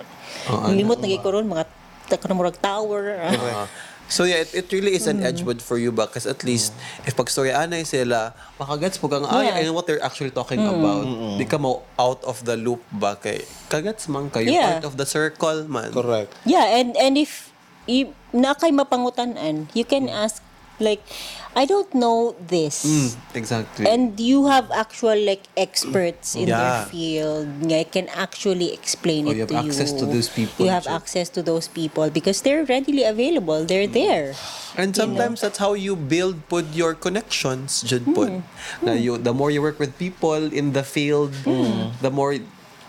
S3: Oo,
S2: limot na gikoron mga takon murag tower.
S3: Ah. So yeah, it, it really is an edge wood for you ba? Kasi at least, if pagstoryaanay sila, makagets po kang,
S2: Yeah.
S3: ay,
S2: Mm.
S3: I know what they're actually talking about. Di ka mo out of the loop ba? Kay, kagets man kayo,
S2: Yeah.
S3: part of the circle man.
S4: correct.
S2: Yeah, and and if you, na kay mapangutanan, you can ask like I don't know this.
S3: Mm, exactly.
S2: And you have actual like experts in their
S3: Yeah.
S2: field nga can actually explain it
S3: Oh, you
S2: to you.
S3: have access to those people,
S2: You have
S3: sure.
S2: access to those people because they're readily available. They're
S3: Mm.
S2: there.
S3: And sometimes that's how you build put your
S2: Mm.
S3: connections,
S2: Mm.
S3: jud put. Na you, the more you work with people in the field, the more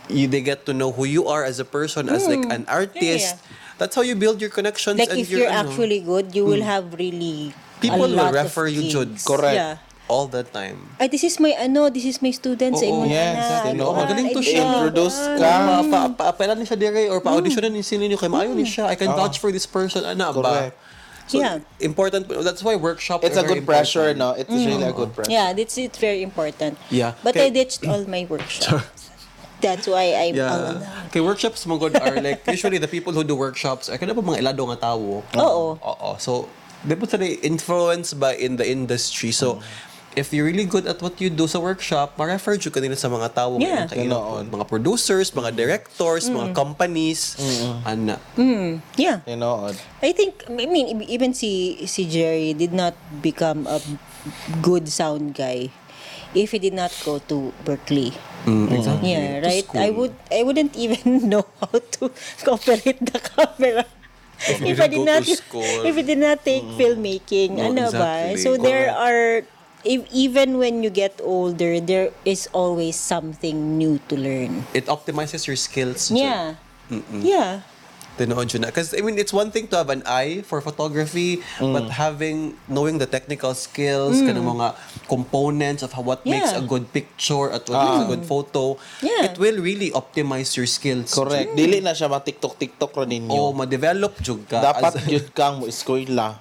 S3: you, they get to know who you are as a person, as like an artist.
S2: Mm. yeah.
S3: That's how you build your connections.
S2: Like
S3: and
S2: if you're
S3: your, ano,
S2: actually good, you will
S3: Mm.
S2: have really
S3: people
S2: a lot
S3: will refer
S2: of
S3: you Jud.
S2: gigs.
S4: Correct.
S2: Yeah.
S3: all the time.
S2: Ay, this is my ano, this is my student sa
S3: Oo.
S2: imong
S4: Yes,
S2: anak.
S4: they know.
S2: Ah,
S3: Magaling to
S2: ay,
S3: siya.
S2: grabe.
S4: Introduce ka.
S3: Pa, pa, pa, pailan niya siya dire or
S2: Mm.
S3: pa-auditionan ni sino niyo kay maayo ni siya. I can vouch for this person ana ba.
S4: Correct.
S3: So
S2: Yeah.
S3: important that's why workshop
S4: It's
S3: are
S4: a
S3: very
S4: good pressure,
S3: important. Mm.
S4: no? It's really a good pressure.
S2: Yeah, that's it's very important.
S3: Yeah.
S2: But I
S3: Kay-
S2: ditched all my workshops. That's why I'm all
S3: Yeah. Kay workshops mga good are like usually the people who do workshops ay kada pa mga ilado nga tawo.
S2: Oo.
S3: Oo. So they put sila influenced by in the industry. So if you're really good at what you do sa workshop, ma-refer jud ka nila sa mga
S2: Yeah.
S3: tao
S2: Mm.
S3: nga kayo.
S4: Ganoon.
S3: Mga producers, mga directors, mga companies. Ana.
S2: Yeah.
S4: You know, Oh, od.
S2: I think I mean e- even si si Jerry did not become a good sound guy if he did not go to Berkeley.
S3: Mm, Exactly.
S2: Yeah,
S3: To
S2: right. I
S3: school.
S2: would I wouldn't even know how to operate the camera. If,
S3: you
S2: I
S3: didn't
S2: did
S3: go
S2: not
S3: to school. Mm.
S2: if I did not take filmmaking,
S3: No,
S2: ano ba?
S3: exactly.
S2: So there are if, even when you get older, there is always something new to learn.
S3: It optimizes your skills. Jud.
S2: Yeah. Yeah.
S3: Tinuod yun na. Because, I mean, it's one thing to have an eye for photography, but
S4: Mm.
S3: having, knowing the technical skills, kanang mga components of how, what makes
S2: Yeah.
S3: a good picture at what
S4: Ah.
S3: makes a good photo,
S2: Yeah.
S3: it will really optimize your skills.
S4: Correct. Dili na siya ma-tiktok-tiktok ro
S3: O,
S4: ninyo.
S3: ma-develop jud ka.
S4: Dapat
S3: Oh as-
S4: gyud kang mo eskwela.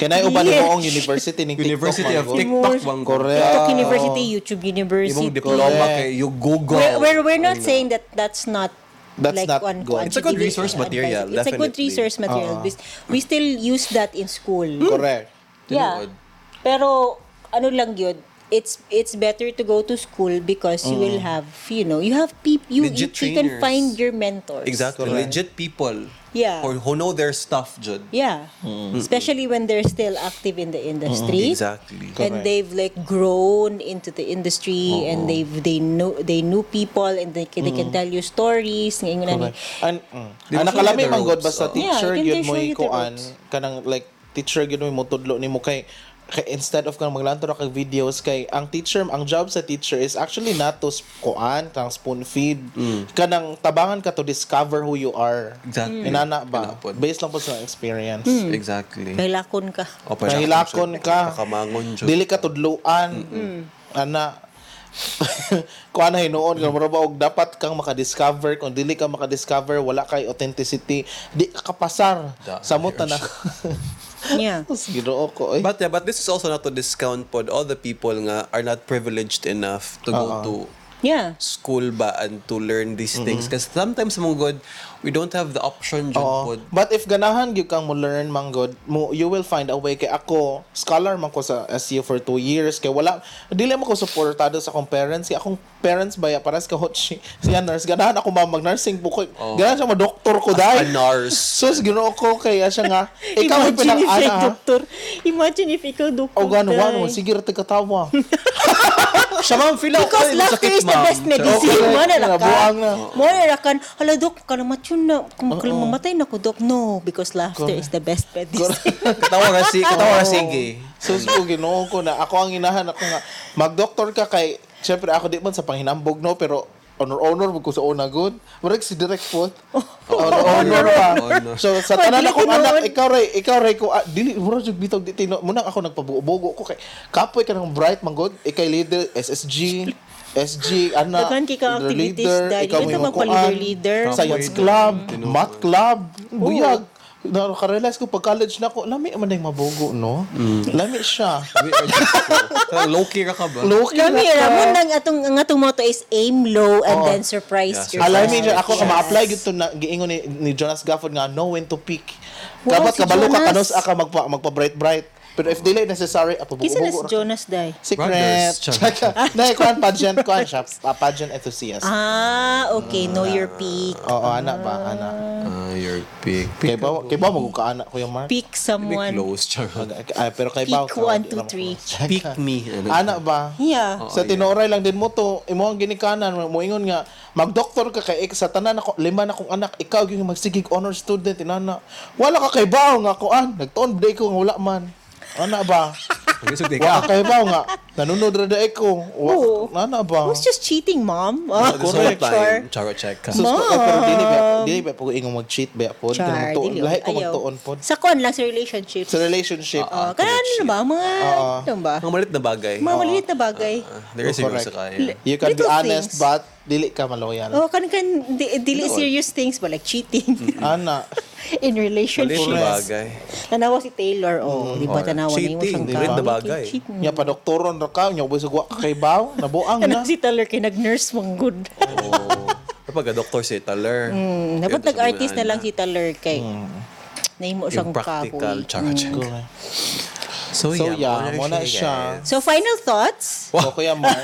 S4: Kanay uban
S2: Yes.
S4: mo ang university ning TikTok.
S3: University of
S4: man, god.
S3: TikTok. bang-
S4: Correct.
S2: TikTok University, YouTube University.
S3: Imong diploma
S4: Correct.
S3: kay you Google.
S2: We're, we're, we're not saying that that's not
S4: That's
S2: like
S4: not
S2: one
S4: good.
S2: quantity
S4: It's
S3: a good Ah.
S2: based
S3: resource
S2: on
S3: material,
S2: advice. It's a good
S3: definitely.
S2: resource material. We- We still use that in school.
S3: Mm.
S4: Correct.
S2: Yeah.
S3: Tinuod.
S2: Pero ano lang yun, it's it's better to go to school because you will have you know you have people you, you,
S3: Mm. Legit
S2: you can
S3: trainers.
S2: find your mentors
S3: Exactly. Legit people.
S2: Yeah.
S3: Or who know their stuff, Jud.
S2: yeah especially when they're still active in the industry
S3: Exactly.
S2: and
S4: Correct.
S2: they've like grown into the industry and they've they know they knew people and they, can- they can tell you stories ngayon na ni-
S4: An, mm.
S3: They
S4: Anak
S3: show you
S4: kalami
S3: the
S4: man god
S3: ropes,
S4: basta
S3: oh.
S4: teacher
S2: Yeah, I think
S4: gyud
S2: they
S4: mo
S2: show you the
S4: ikuan
S2: ropes.
S4: kanang like teacher gyud mo imutudlo nimo kay kay instead of kang maglantaw ka videos kay ang teacher ang job sa teacher is actually not to sp- kuan kang spoon feed kanang tabangan ka to discover who you are
S3: Mm. Exactly.
S4: inana ba
S3: Kinapod.
S4: based lang po sa experience
S2: Mm.
S3: Exactly.
S2: may lakon ka
S3: O, pala-
S4: Nahilakon ka.
S3: Pakamangon, Jud.
S4: Dili ka tudluan. Ana. Kuha na hinuon nga mura ba og dapat kang makadiscover kung dili ka makadiscover wala kay authenticity di ka kapasar
S3: Da-
S4: sa muta na
S2: yeah
S4: Ginoo ko eh.
S3: But yeah, but this is also not to discount pod all the people nga are not privileged enough to go to
S2: yeah
S3: school ba and to learn these things because sometimes mga god we don't have the option jud
S4: Oo.
S3: pod
S4: But if ganahan gyud kang mo learn manggod, mo you will find a way kay ako scholar man ko sa SU for two years kay wala dili man ko suportado sa akong parents kay akong parents baya para sa kahotsi siya nurse ganahan ako ma mag nursing bukoy. Ganahan siya ma doktor
S3: a
S4: ko dai.
S3: nurse
S4: Sus, ginoo ko kay siya nga. Ikaw ang
S2: imagine if
S4: pinang-ana.
S2: ikaw
S4: ha? Oh,
S2: doktor imagine if ikaw doktor
S4: O gano,
S2: dai.
S4: wano, sige rati katawa.
S3: siya ma'am feel ako
S2: Because
S3: kayo
S2: laughter
S3: masakit,
S2: is the
S3: ma'am.
S2: best medicine.
S4: correct.
S2: Mo na lang ka.
S4: Nabuang na. Uh-uh.
S2: Mo na lang ka. Hala, Dok, kalamat yun na. Kung mamatay na ko, Dok. No, because laughter is the best medicine.
S3: Oh, katawa ra si katawa ra sige
S4: Sus, ko ginoo ko na. Ako ang inahan, ako nga. Mag-doktor ka kay, syempre ako di man sa panghinambog, no? Pero, honor-honor mo ko sa una good. Marag si Direct Foot. Honor-honor pa.
S3: Honor.
S4: So, sa
S2: Pag
S4: tanan
S2: dili
S4: akong
S2: tinuod.
S4: anak, ikaw ray, ikaw ray ko, ah, dili, mura jug bitaw, di tino. Munang ako nagpabugo ko kay, kapoy ka ng bright, manggod. Ikay leader, SSG, SG, ana,
S2: Daghan kay ka
S4: leader,
S2: activities, daddy.
S4: ikaw
S2: Ito
S4: may
S2: magpa-leader,
S4: makuan,
S2: leader.
S4: Science
S3: Kapoy,
S4: club,
S3: tinuod.
S4: math club, buyag. Nakarealize ko pag college na ako, lami man yung mabugo, no?
S3: Mm.
S4: Lami siya.
S3: We are just- Kaya low-key ra ka ba
S4: Loki na
S2: Kami,
S4: ka.
S2: Ramon, ang atong, ang atong motto is aim low and then surprise yourself.
S3: Yeah,
S4: Oh. Alam niyo, ako ka
S2: Yes.
S4: ma-apply gito na giingon ni, ni Jonas Gafford nga, know when to pick.
S2: Wow,
S4: Dapat
S2: si
S4: kabalo ka,
S2: Jonas.
S4: kanos aka magpa, magpa-bright-bright. Pero if dili necessary, apo
S2: Kinsa na si
S4: bugo-bugo. ra ka.
S2: Jonas, dai?
S4: Secret.
S3: Brothers, Jonas.
S4: Nay, kuhan, pageant, kuhan siya. Ah, pageant enthusiast.
S2: Ah, okay. Know your peak.
S4: Oo, ana ba, ana.
S3: ah your pick
S4: Kay ba, kay ba mag-ukaana, Kuya Mark?
S2: Pick
S3: Be
S2: someone.
S3: close charot
S4: Ah, pero kay ba?
S2: Pick one, two, three.
S3: pick me Ano?
S4: Ana
S3: Oh,
S4: ba?
S2: Yeah.
S4: sa tinuray lang din mo to, imo ang ginikanan, mo ingon nga, mag-doktor ka kay ik- sa tanan ako, lima na kong anak, ikaw yung magsigig honor student, inana. Wala ka kay baon nga kuan, nagtuon day ko nga wala man. Ana ba?
S3: Okay, so take
S4: Wa
S3: out.
S4: kay ba nga nanunod ra dae ko.
S2: Oo.
S4: Wa nana ba?
S2: Who's just cheating, mom? Oh,
S3: This whole time, Charo check ka.
S4: Sus ko kay eh, pero dili ba dili ba po ingong mag-cheat ba po.
S2: Char,
S4: Tuon
S2: dili.
S4: lahi ko
S2: Ayaw.
S4: magtuon po.
S2: Sa kon lang, sa relationship.
S4: Sa relationship.
S2: Oh,
S3: ah,
S2: kaya ano ba? Mga,
S4: Oo.
S2: ano ba?
S3: Mga malit na bagay.
S2: Mga maliit na bagay.
S3: Ah, There is a use
S4: Correct.
S3: sa kaya.
S4: You can be
S2: little
S4: honest
S2: things.
S4: but dili ka maloyal.
S3: ah.
S2: Oh, kan kan di, dili serious things ba like cheating
S4: Ana,
S2: in
S3: Malit Hmm. na
S2: relationship.
S3: bagay.
S2: Tanawa si Taylor, oh, di ba
S3: or
S2: tanawa na yung
S3: cheating,
S2: siyang
S3: di rin na bagay.
S2: Cheating.
S4: nya pa doktoron ra ka, nya bisag wa ka kay baw, nabuang
S2: Ano
S4: na.
S2: si Taylor kay nag-nurse mong good.
S3: Oo. Oh. Kapag doktor si Taler.
S2: Mm, dapat nag-artist na lang si Taylor kay. Nahimo
S3: Hmm. Yung
S2: siyang
S3: practical,
S2: kahoy.
S3: Charo check.
S4: Correct.
S3: So,
S4: So
S3: yeah,
S4: yeah, mo na siya.
S2: So final thoughts?
S4: Wow. Kuya Mark,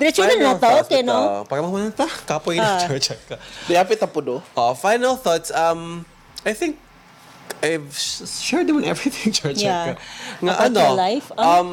S2: Diretso na na to, okay no? Ah.
S3: Para mamana ta. Kapoy na Charo check ka.
S4: di apit tapo do.
S3: Oh, final thoughts. Um, I think I've sh- shared with everything, Church.
S2: Yeah.
S3: Nga,
S2: About
S3: ano,
S2: your life?
S3: um,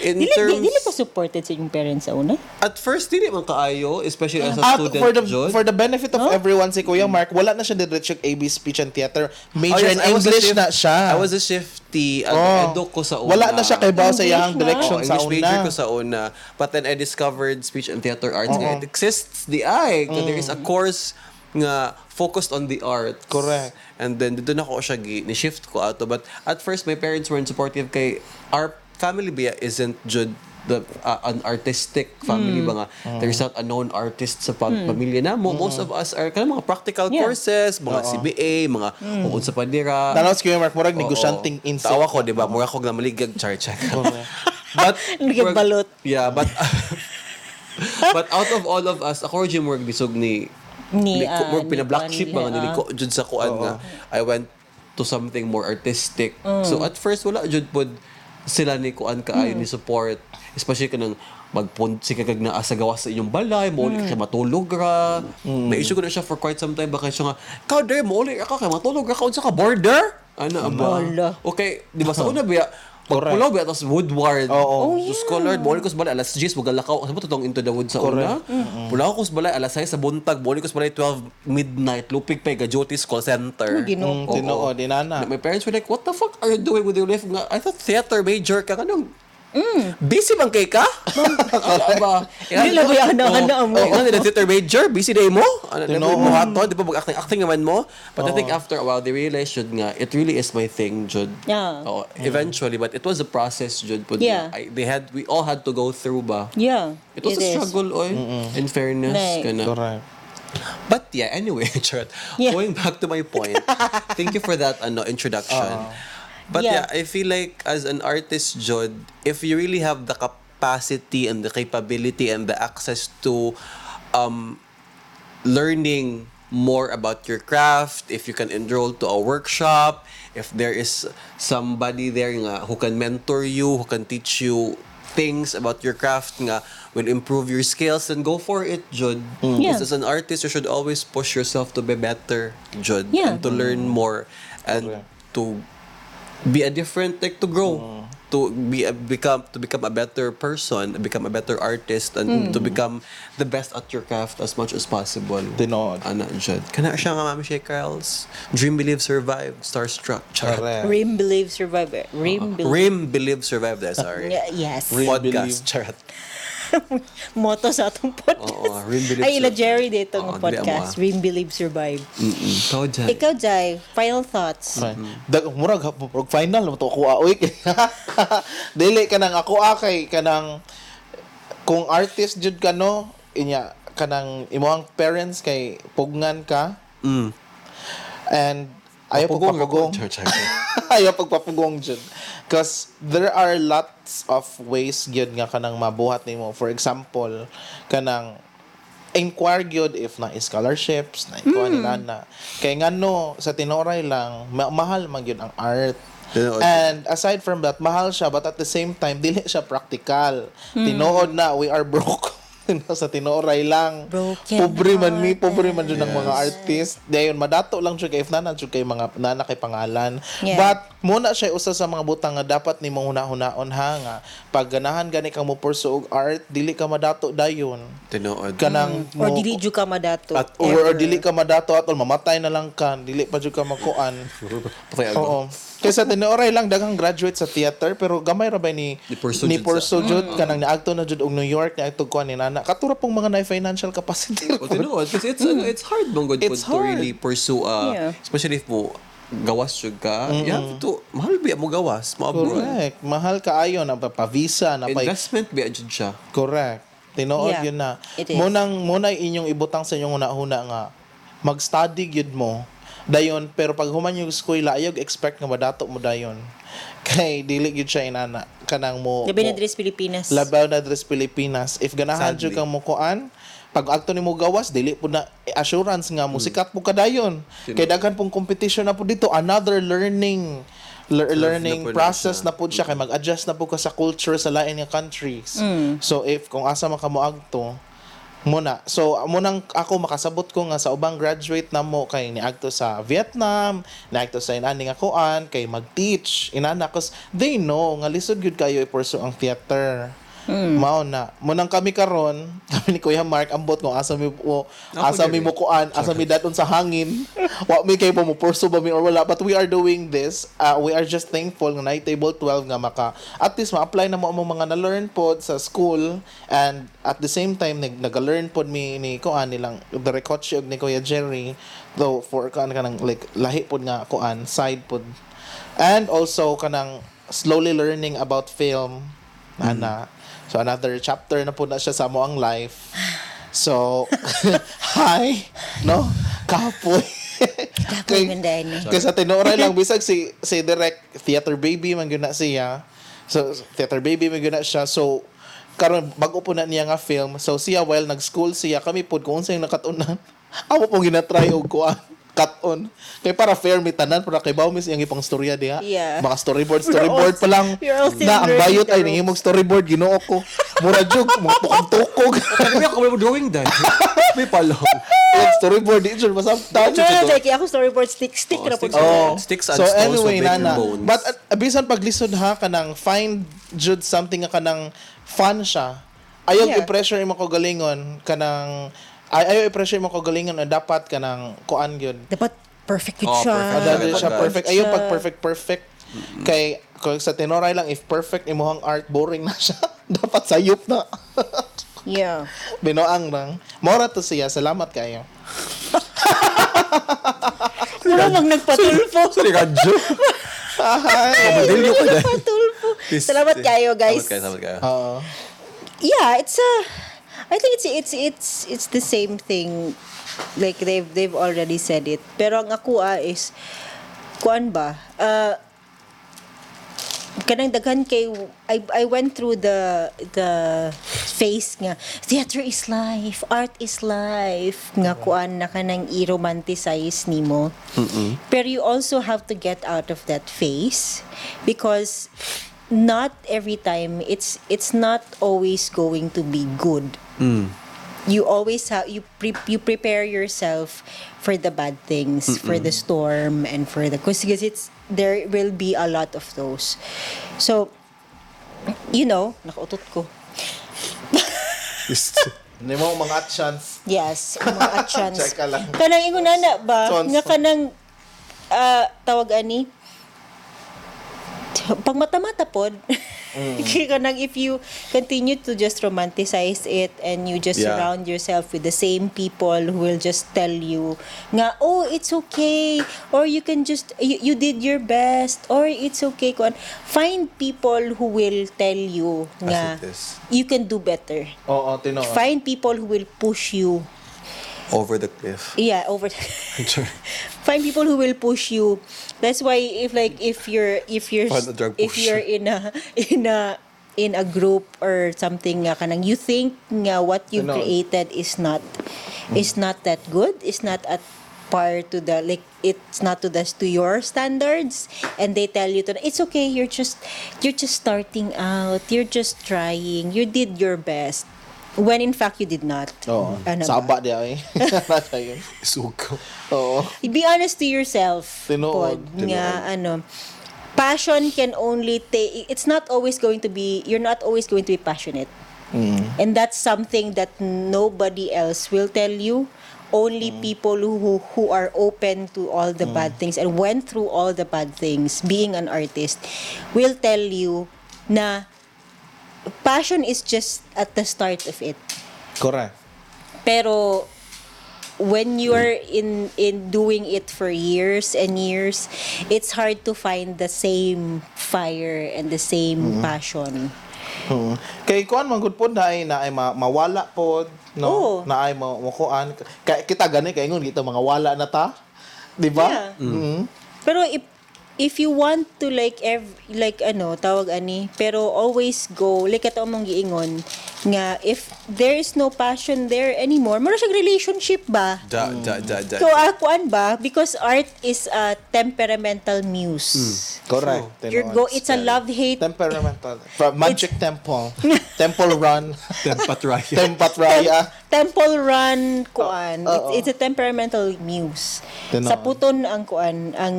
S2: Ah,
S3: in
S2: Dili,
S3: terms,
S2: di- dili pa supported sa inyong parents sa una?
S3: at first, dili man kaayo, especially as a
S4: At
S3: student,
S4: Ah, for the
S3: Jud.
S4: for the benefit of everyone si Kuya Mark, wala na siya diretso AB speech and theater.
S3: Oh,
S4: Major
S3: yes,
S4: in
S3: I was a
S4: English
S3: shift-
S4: na siya.
S3: I was a shifty. Ano,
S4: Oh.
S3: edo ko sa una.
S4: Wala na siya kay Bao sa
S2: English
S4: yahang
S2: na.
S4: direction
S3: Oh,
S4: sa
S3: English major
S4: una.
S3: ko sa una. But then I discovered speech and theater arts. nga It exists, the ay. nga There is a course nga focused on the arts.
S4: Correct.
S3: And then dito na ko siya gi- ni-shift ko ato. But at first, my parents weren't supportive kay our family biya isn't jud the uh, an artistic family ba nga there's not a known artist sa pag pamilya na mo most of us are kanang mga practical
S2: Yeah.
S3: courses mga CBA mga uod sa pandira
S4: Tanaw si Kuya Mark,
S3: Oo.
S4: murag negosyanteng insect.
S3: Tawa ko, di ba? Mura ko na maligag, char check. but,
S2: Maligag balot.
S3: Yeah, but, but out of all of us, ako Jim work bisog ni,
S2: Ni,
S3: ni ko-
S2: ah,
S3: murag
S2: ni
S3: pina-black
S2: Juan,
S3: sheep mga
S2: ah.
S3: niliko jud sa kuan nga. I went to something more artistic. So at first, wala jud pod sila ni kuan kaayo ni support. Especially kanang magpun si kagag na sa gawas sa inyong balay, mo mm. kay matulog ra. May issue ko na siya for quite some time baka siya nga, "Ka dere mo uli ka kay matulog ra ka unsa ka border?" Ano ba?
S2: Wala.
S3: Okay, di ba sa una biya Pagpulaw ba tapos Woodward.
S2: Oh,
S4: Oo.
S3: Diyos ko, Lord, bawal ko sa balay, alas 10, magalakaw. Kasi mo, totoong into the wood sa una. Pulaw ko sa balay, alas 6 sa buntag. Bawal ko sa balay, 12 midnight. Lupig pa, Gajotis Call
S2: Oh,
S3: Center.
S2: ginoo
S4: ko. Ginoo,
S2: Ah.
S4: dinana.
S3: My parents were like, what the fuck are you doing with your life? Nga, I thought theater major ka. Anong, Busy bang kay ka? Ano ba?
S2: Hindi Mm. lang ba yung ano-ano mo?
S3: mo? Ano nila theater major? Busy day mo? Ano nila
S4: Tinoo.
S3: mo hato? Di ba mag-acting? Acting naman mo? But I think after a while, they realized, Jud, nga, it really is my thing, Jud.
S2: Yeah.
S3: Oo, eventually, but it was a process, Jud. Pud.
S2: Yeah.
S3: I, they had, we all had to go through ba?
S2: Yeah.
S3: It was a
S2: is.
S3: struggle, oy. In fairness,
S2: Like-
S3: kana.
S4: Correct.
S3: But yeah, anyway, Charot,
S2: Yeah.
S3: going back to my point, thank you for that ano, introduction. But
S2: Oh.
S3: yeah.
S2: Yeah.
S3: I feel like as an artist, Jod, if you really have the capacity and the capability and the access to um, learning more about your craft, if you can enroll to a workshop, if there is somebody there nga who can mentor you, who can teach you things about your craft nga will improve your skills, then go for it, Jud.
S2: Mm. Yeah.
S3: Because as an artist, you should always push yourself to be better, Jud,
S2: Yeah.
S3: and to learn more and to be a different like to grow to be a, become to become a better person become a better
S2: Mm.
S3: artist and to become the best at your craft as much as possible
S4: Tinood.
S3: ana jud kana siya nga ma'am Shay Carls dream believe survive starstruck Charot.
S4: Correct.
S2: Rim Believe Survivor. Rim Believe.
S3: Dream believe survive there sorry
S2: Yeah, yes.
S3: Ah, Rim
S4: Believe.
S3: podcast charot
S2: Moto sa atong podcast.
S3: Oo, Rim Believe
S2: Ay, ila
S3: Survive.
S2: Jerry dito
S3: Oo,
S2: ng
S3: dili Mm.
S2: podcast.
S3: mo, ah.
S2: Rim Believe Survive.
S3: ikaw dyan
S2: Ikaw, Jai, final
S3: Ano?
S2: thoughts.
S4: Right. Dag murag hap- murag final mo to ako aoy. Dili kanang ako akay kanang kung artist jud ka no inya kanang imong parents kay pugngan ka. And ayaw
S3: Pugong
S4: pagpapugong.
S3: ako, Char- Char- Char.
S4: ayaw pagpapugong jud. Because there are lots of ways gyud nga kanang mabuhat nimo. For example, kanang inquire gyud if na scholarships na ikaw nila na kay ngano sa tinoray lang ma- mahal man gyud ang art
S3: Tinuod.
S4: and aside from that mahal siya but at the same time dili siya practical tinood na we are broke sa tinuray lang.
S2: Broken
S4: pobre man mi,
S2: hearted.
S4: pobre man jud ang mga artist. Dayon madato lang jud kay if nanan jud kay mga nana kay pangalan.
S2: Yeah.
S4: But muna siya usa sa mga butang nga dapat nimo hunahunaon ha nga pag ganahan gani ka mo pursue og art, dili ka madato dayon.
S3: Tinood.
S4: Kanang
S2: Mm. Or
S4: mo-
S2: dili jud ka madato.
S4: at or, or dili ka madato at all mamatay na lang ka dili pa jud ka makuan
S3: Patay ako.
S4: oo kaysa tinuoray lang daghang graduate sa theater pero gamay ra ba ni
S3: Ni pursue
S4: ni
S3: jud sa-
S4: pursue
S2: Mm.
S4: jud kanang naagto na jud og New York naagto ko ni nana katura pong mga na financial capacity
S3: O tinuod. Kasi it's, ano, it's hard mong good
S4: It's
S3: to
S4: hard.
S3: really pursue, uh,
S2: Yeah.
S3: especially if mo gawas jud ka. You have to, mahal biya mo gawas, mo abroad.
S4: correct mahal kaayo na pa visa na pa
S3: Investment biya jud siya.
S4: Correct. Tinuod
S2: Yeah,
S4: yun na.
S2: it is.
S4: Munang, muna inyong ibutang sa inyong una-una nga, mag-study yun mo. Dayon, pero pag human yung eskwela, ayog expect nga madato mo dayon. Kay, dili yun siya inana. Kanang mo...
S2: Labi na
S4: mo-
S2: dress Pilipinas.
S4: Labaw na dress Pilipinas. If ganahan
S3: Sadly.
S4: jud kang mukuan, pag akto ni mo gawas, dili po na eh, assurance nga mo, sikat po kadayon. Kay daghan pong competition na po dito, another learning lear-
S3: na
S4: learning
S3: po na
S4: process
S3: siya.
S4: na po siya kay mag-adjust na po ka sa culture sa lain nga countries. So if kung asa man ka mo agto, muna. So munang ako makasabot ko nga sa ubang graduate na mo kay niagto sa Vietnam, niagto sa inani nga kuan kay mag-teach inana cause they know nga lisod gyud kayo i-pursue ang theater. Mao na. Munang kami karon, kami ni Kuya Mark ambot kung asa mi po, asa mi
S3: dili.
S4: mo kuan, asa mi daton sa hangin. Wa mi kay mo pursue ba mi or wala but we are doing this. Uh, we are just thankful nga na table 12 nga maka at least ma-apply na mo ang mga na-learn pod sa school and at the same time nag nag-learn pod mi ni kuan nilang the Ricoche og ni Kuya Jerry though for kan kanang like lahi pod nga kuan side pod and also kanang slowly learning about film ana so another chapter na po na siya sa mo ang life So, hi, no? Kapoy.
S2: Kapoy Menday ni.
S4: Kay sa tinuray lang, bisag si, si Direk, theater baby, man yun na siya. So, theater baby, man yun na siya. So, karon bago po na niya nga film. So, siya, while nag-school siya, kami po, kung sa'yo nakatunan, ako po ginatry og kuan cut-on. Kay para fair mi tanan, para kay Baumis iyang ipang storya diha.
S2: Yeah.
S4: Mga storyboard,
S2: We're all-
S4: storyboard pa lang.
S2: we're all still
S4: Na, ang
S2: learning
S4: bayot
S2: the
S4: ay,
S2: ropes.
S4: nangimog storyboard, ginoo ko. Mura jug, mga tukog-tukog.
S3: Kaya ako mo drawing dahil. May palaw.
S4: Yung storyboard, di siya masabtan.
S2: No, no, no, Jackie, ako storyboard stick, stick
S3: Oh,
S2: na po.
S3: sticks,
S2: siya.
S3: and- sticks and stones will break your bones.
S4: But at, abisan paglisod ha ka nang find jud something nga ka nang fun siya. Ayaw
S2: Yeah.
S4: i-pressure mo kagalingon ka nang ay, ayaw i-pressure mo kagalingon na dapat ka nang kuan yun.
S2: Dapat perfect yun
S3: Oh,
S2: siya.
S3: perfect.
S4: Kada
S3: Dapat
S4: siya
S3: ka.
S4: perfect. Ayaw pag perfect perfect. Kay kung sa tenoray lang if perfect imuhang art boring na siya. dapat sayup na.
S2: Yeah.
S4: Binoang lang. Mora to siya. Salamat kayo.
S2: Wala bang nagpatulfo.
S3: Sorry, Radyo. Kamadilyo ka dahil.
S2: Nagpatulfo. Salamat kayo, guys.
S3: Salamat kayo, salamat kayo.
S4: Oo.
S2: yeah, it's a. I think it's it's it's it's the same thing. Like they've they've already said it. Pero ang ako ah, is kuan ba? Uh, kanang daghan kay I I went through the the phase nga theater is life, art is life nga kuan na kanang i-romanticize nimo. Pero you also have to get out of that phase because not every time it's it's not always going to be good. You always have you pre- you prepare yourself for the bad things, for the storm and for the cause because it's there will be a lot of those. So you know, nakautot ko.
S4: Hindi mo mga chance.
S2: Yes, mga chance.
S4: Check ka lang.
S2: Kanang inguna na ba?
S4: Chance.
S2: Nga kanang ah, tawag ani pag mata-mata pod.
S3: Mm.
S2: Kaya kanang if you continue to just romanticize it and you just
S3: Yeah.
S2: surround yourself with the same people who will just tell you nga oh it's okay or you can just you, you did your best or it's okay kon find people who will tell you nga
S3: it is. Oh.
S2: you can do better
S4: Oo, tinuod.
S2: find people who will push you
S3: Over the cliff.
S2: yeah over find people who will push you that's why if like if you're if you're
S3: Find a drug
S2: if
S3: push.
S2: you're in a in a in a group or something nga kanang you think nga what you
S4: Ano? Mm.
S2: created is not is not that good is not at par to the like it's not to the to your standards and they tell you to it's okay you're just you're just starting out you're just trying you did your best When in fact you did not.
S4: Oo. eh.
S2: Ano
S4: sa
S2: ba?
S4: aba di ay. Nasa yun.
S3: Suko.
S4: Oo.
S2: Be honest to yourself. Pod,
S4: Tinuod, tinuod.
S2: Nga, ano, passion can only take, it's not always going to be, you're not always going to be passionate. And that's something that nobody else will tell you. Only people who, who are open to all the bad things and went through all the bad things, being an artist, will tell you na passion is just at the start of it.
S4: Correct.
S2: Pero when you're in in doing it for years and years, it's hard to find the same fire and the same passion.
S4: Oo. Kay kuan man gud pod na ay na ay ma- mawala pod
S2: Oo.
S4: no. Na ay ma makuan. Kay kita gani kay ngon kita mga wala na ta. Di ba? Mm.
S2: Yeah. Pero if if you want to like ev like ano tawag ani pero always go like ato mong giingon nga if there is no passion there anymore mura siya relationship ba
S3: Da, da, da, da.
S2: so akuan ba because art is a temperamental muse
S4: Correct.
S2: Your
S4: Tinuod.
S2: go it's a love hate
S4: temperamental. From Magic Temple. Temple Run.
S3: Tempatraya.
S4: Tempat Raya.
S2: temple run kuan.
S4: Oo.
S2: it's, it's a temperamental muse.
S4: Tinaon.
S2: Sa puton ang kuan ang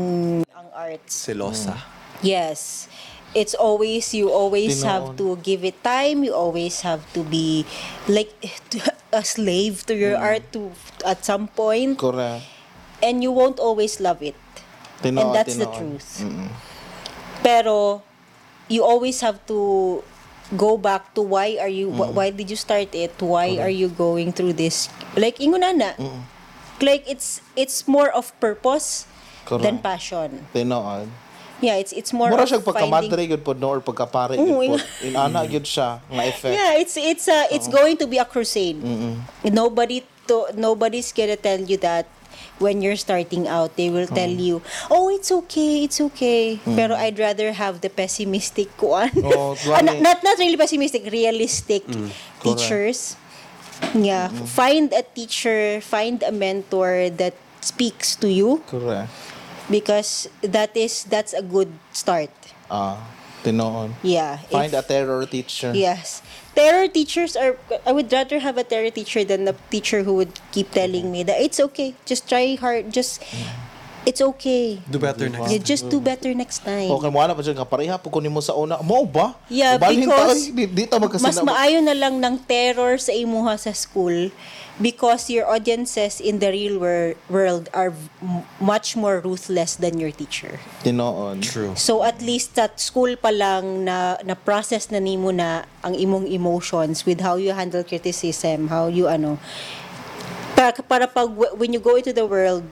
S2: ang arts.
S3: Selosa.
S2: Yes. It's always you always have to
S4: Tinaon.
S2: give it time. You always have to be like a slave to your art to at some point
S4: Correct.
S2: and you won't always love it.
S4: Tinaon,
S2: and that's the
S4: tinaon.
S2: truth. Pero you always have to go back to why are you
S4: Mm.
S2: wh- why did you start it? Why are you going through this? Like ingon na. Like it's it's more of purpose than
S4: Correct.
S2: passion.
S4: Tinood.
S2: Yeah, it's it's more of
S4: Mura siya
S2: finding-
S4: pagkamadre yun po, no? Or pagkapare yun
S2: Oo,
S4: po.
S2: ina-
S4: Inana yun siya, nga effect.
S2: Yeah, it's it's uh, it's
S4: Oh.
S2: going to be a crusade. Nobody to nobody's gonna tell you that when you're starting out. They will tell you, "Oh, it's okay, it's okay." Pero I'd rather have the pessimistic one.
S4: Mm. Oh, Mm,
S2: Ah, na-
S4: grabe.
S2: not not really pessimistic, realistic teachers. Yeah, find a teacher, find a mentor that speaks to you
S4: Correct.
S2: because that is that's a good start.
S4: Ah, tinoon.
S2: Yeah. if-
S4: Find a terror teacher.
S2: Yes. Terror teachers are I would rather have a terror teacher than a teacher who would keep telling me that it's okay. Just try hard. Just it's okay.
S3: Do better next
S2: You just do better next time.
S4: Okay, mo na pa siya nga pareha po kunin mo sa una. Mo ba?
S2: Yeah,
S4: Balhin
S2: because
S4: tayo, di, di ta
S2: mas
S4: magkasina-
S2: maayo na lang ng terror sa imuha sa school because your audiences in the real wor- world are m- much more ruthless than your teacher.
S4: Tinoon.
S3: True.
S2: So at least at school pa lang na na process na nimo na ang imong emotions with how you handle criticism, how you ano para, para pag when you go into the world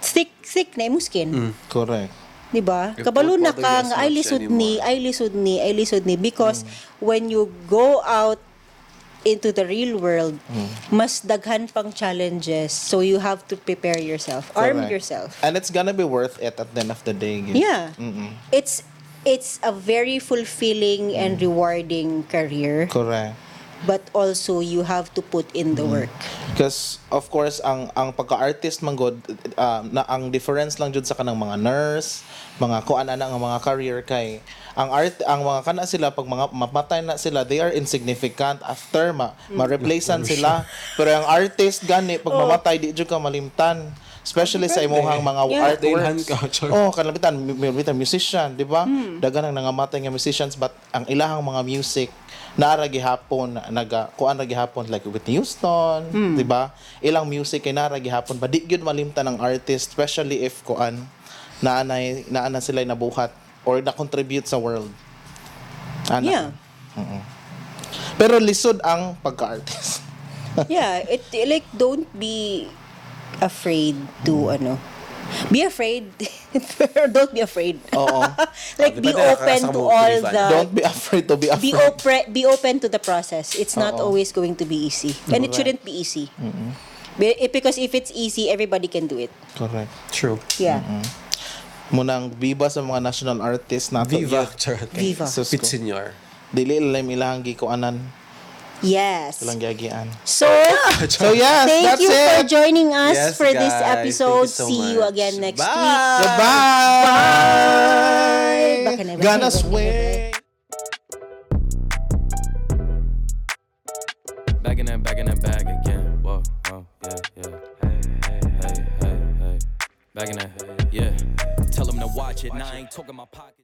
S2: thick thick na imong skin.
S4: Correct.
S2: Di ba?
S3: If
S2: Kabalo na
S3: Mm. don't bother
S2: ka
S3: you as
S2: nga ay
S3: much
S2: lisod ni,
S3: anymore. Mm.
S2: ay lisod ni, ay lisod ni because when you go out into the real world,
S3: Mm.
S2: mas daghan pang challenges. So you have to prepare yourself, arm
S4: Correct.
S2: yourself.
S4: And it's gonna be worth it at the end of the day. yun.
S2: Yeah. It's it's a very fulfilling and rewarding career,
S4: Correct.
S2: but also you have to put in the work.
S4: Because of course ang ang pagka-artist man god uh, na ang difference lang jud sa kanang mga nurse, mga kuan ana nga mga career kay ang art ang mga kana sila pag mga mapatay na sila they are insignificant after ma, ma-replacean sila. Pero ang artist gani pag mamatay di jud ka malimtan. Especially sa imuhang mga
S2: Yeah.
S3: Dailhan
S4: artworks.
S3: ka, char.
S4: Oh, kalabitan, kalabitan musician, di ba?
S2: Hmm.
S4: Dagan ang nangamatay nga musicians but ang ilahang mga music naara gihapon naga kuan ra gihapon like Whitney Houston,
S2: Hmm.
S4: di ba? Ilang music kay naara gihapon ba di gyud malimtan ang artist especially if kuan naanay naana sila nabuhat or na contribute sa world. Ana.
S2: Yeah.
S4: Pero lisod ang pagka-artist.
S2: yeah, it like don't be afraid to ano. Be afraid. don't be afraid.
S4: Oo.
S2: like
S3: Ah,
S2: be
S3: di ba na-
S2: open
S3: nakasama
S2: to
S3: mo,
S2: all
S3: Tony Fan?
S2: the
S4: Don't be afraid to be
S2: Uh, be
S4: afraid.
S2: open be open to the process. It's not always going to be easy. And it shouldn't be easy. Be- Because if it's easy, everybody can do it.
S4: Correct.
S3: True.
S2: Yeah.
S4: Munang viva sa mga national artists nato.
S3: Viva. Charot.
S2: Viva.
S4: Sus ko.
S3: Pitsenyor.
S4: Dili lang ilang gikuanan,
S2: Yes.
S4: ilang giagian.
S2: So,
S4: So yes,
S2: thank
S4: that's
S2: you
S4: it.
S2: for joining us
S3: Yes,
S2: for
S3: guys.
S2: this
S3: Thank you
S2: episode.
S3: so
S2: See you
S3: much.
S2: again next
S3: Bye.
S2: week. Baka
S4: Goodbye.
S2: na, baka na,
S4: Gonna
S2: baka na, baka na.
S4: sway.
S1: Back in that, back in that bag again. Whoa, whoa, yeah, yeah. Hey, hey, hey, hey, hey. Back in that, yeah.
S3: Tell them to watch it, and I ain't talking my pocket.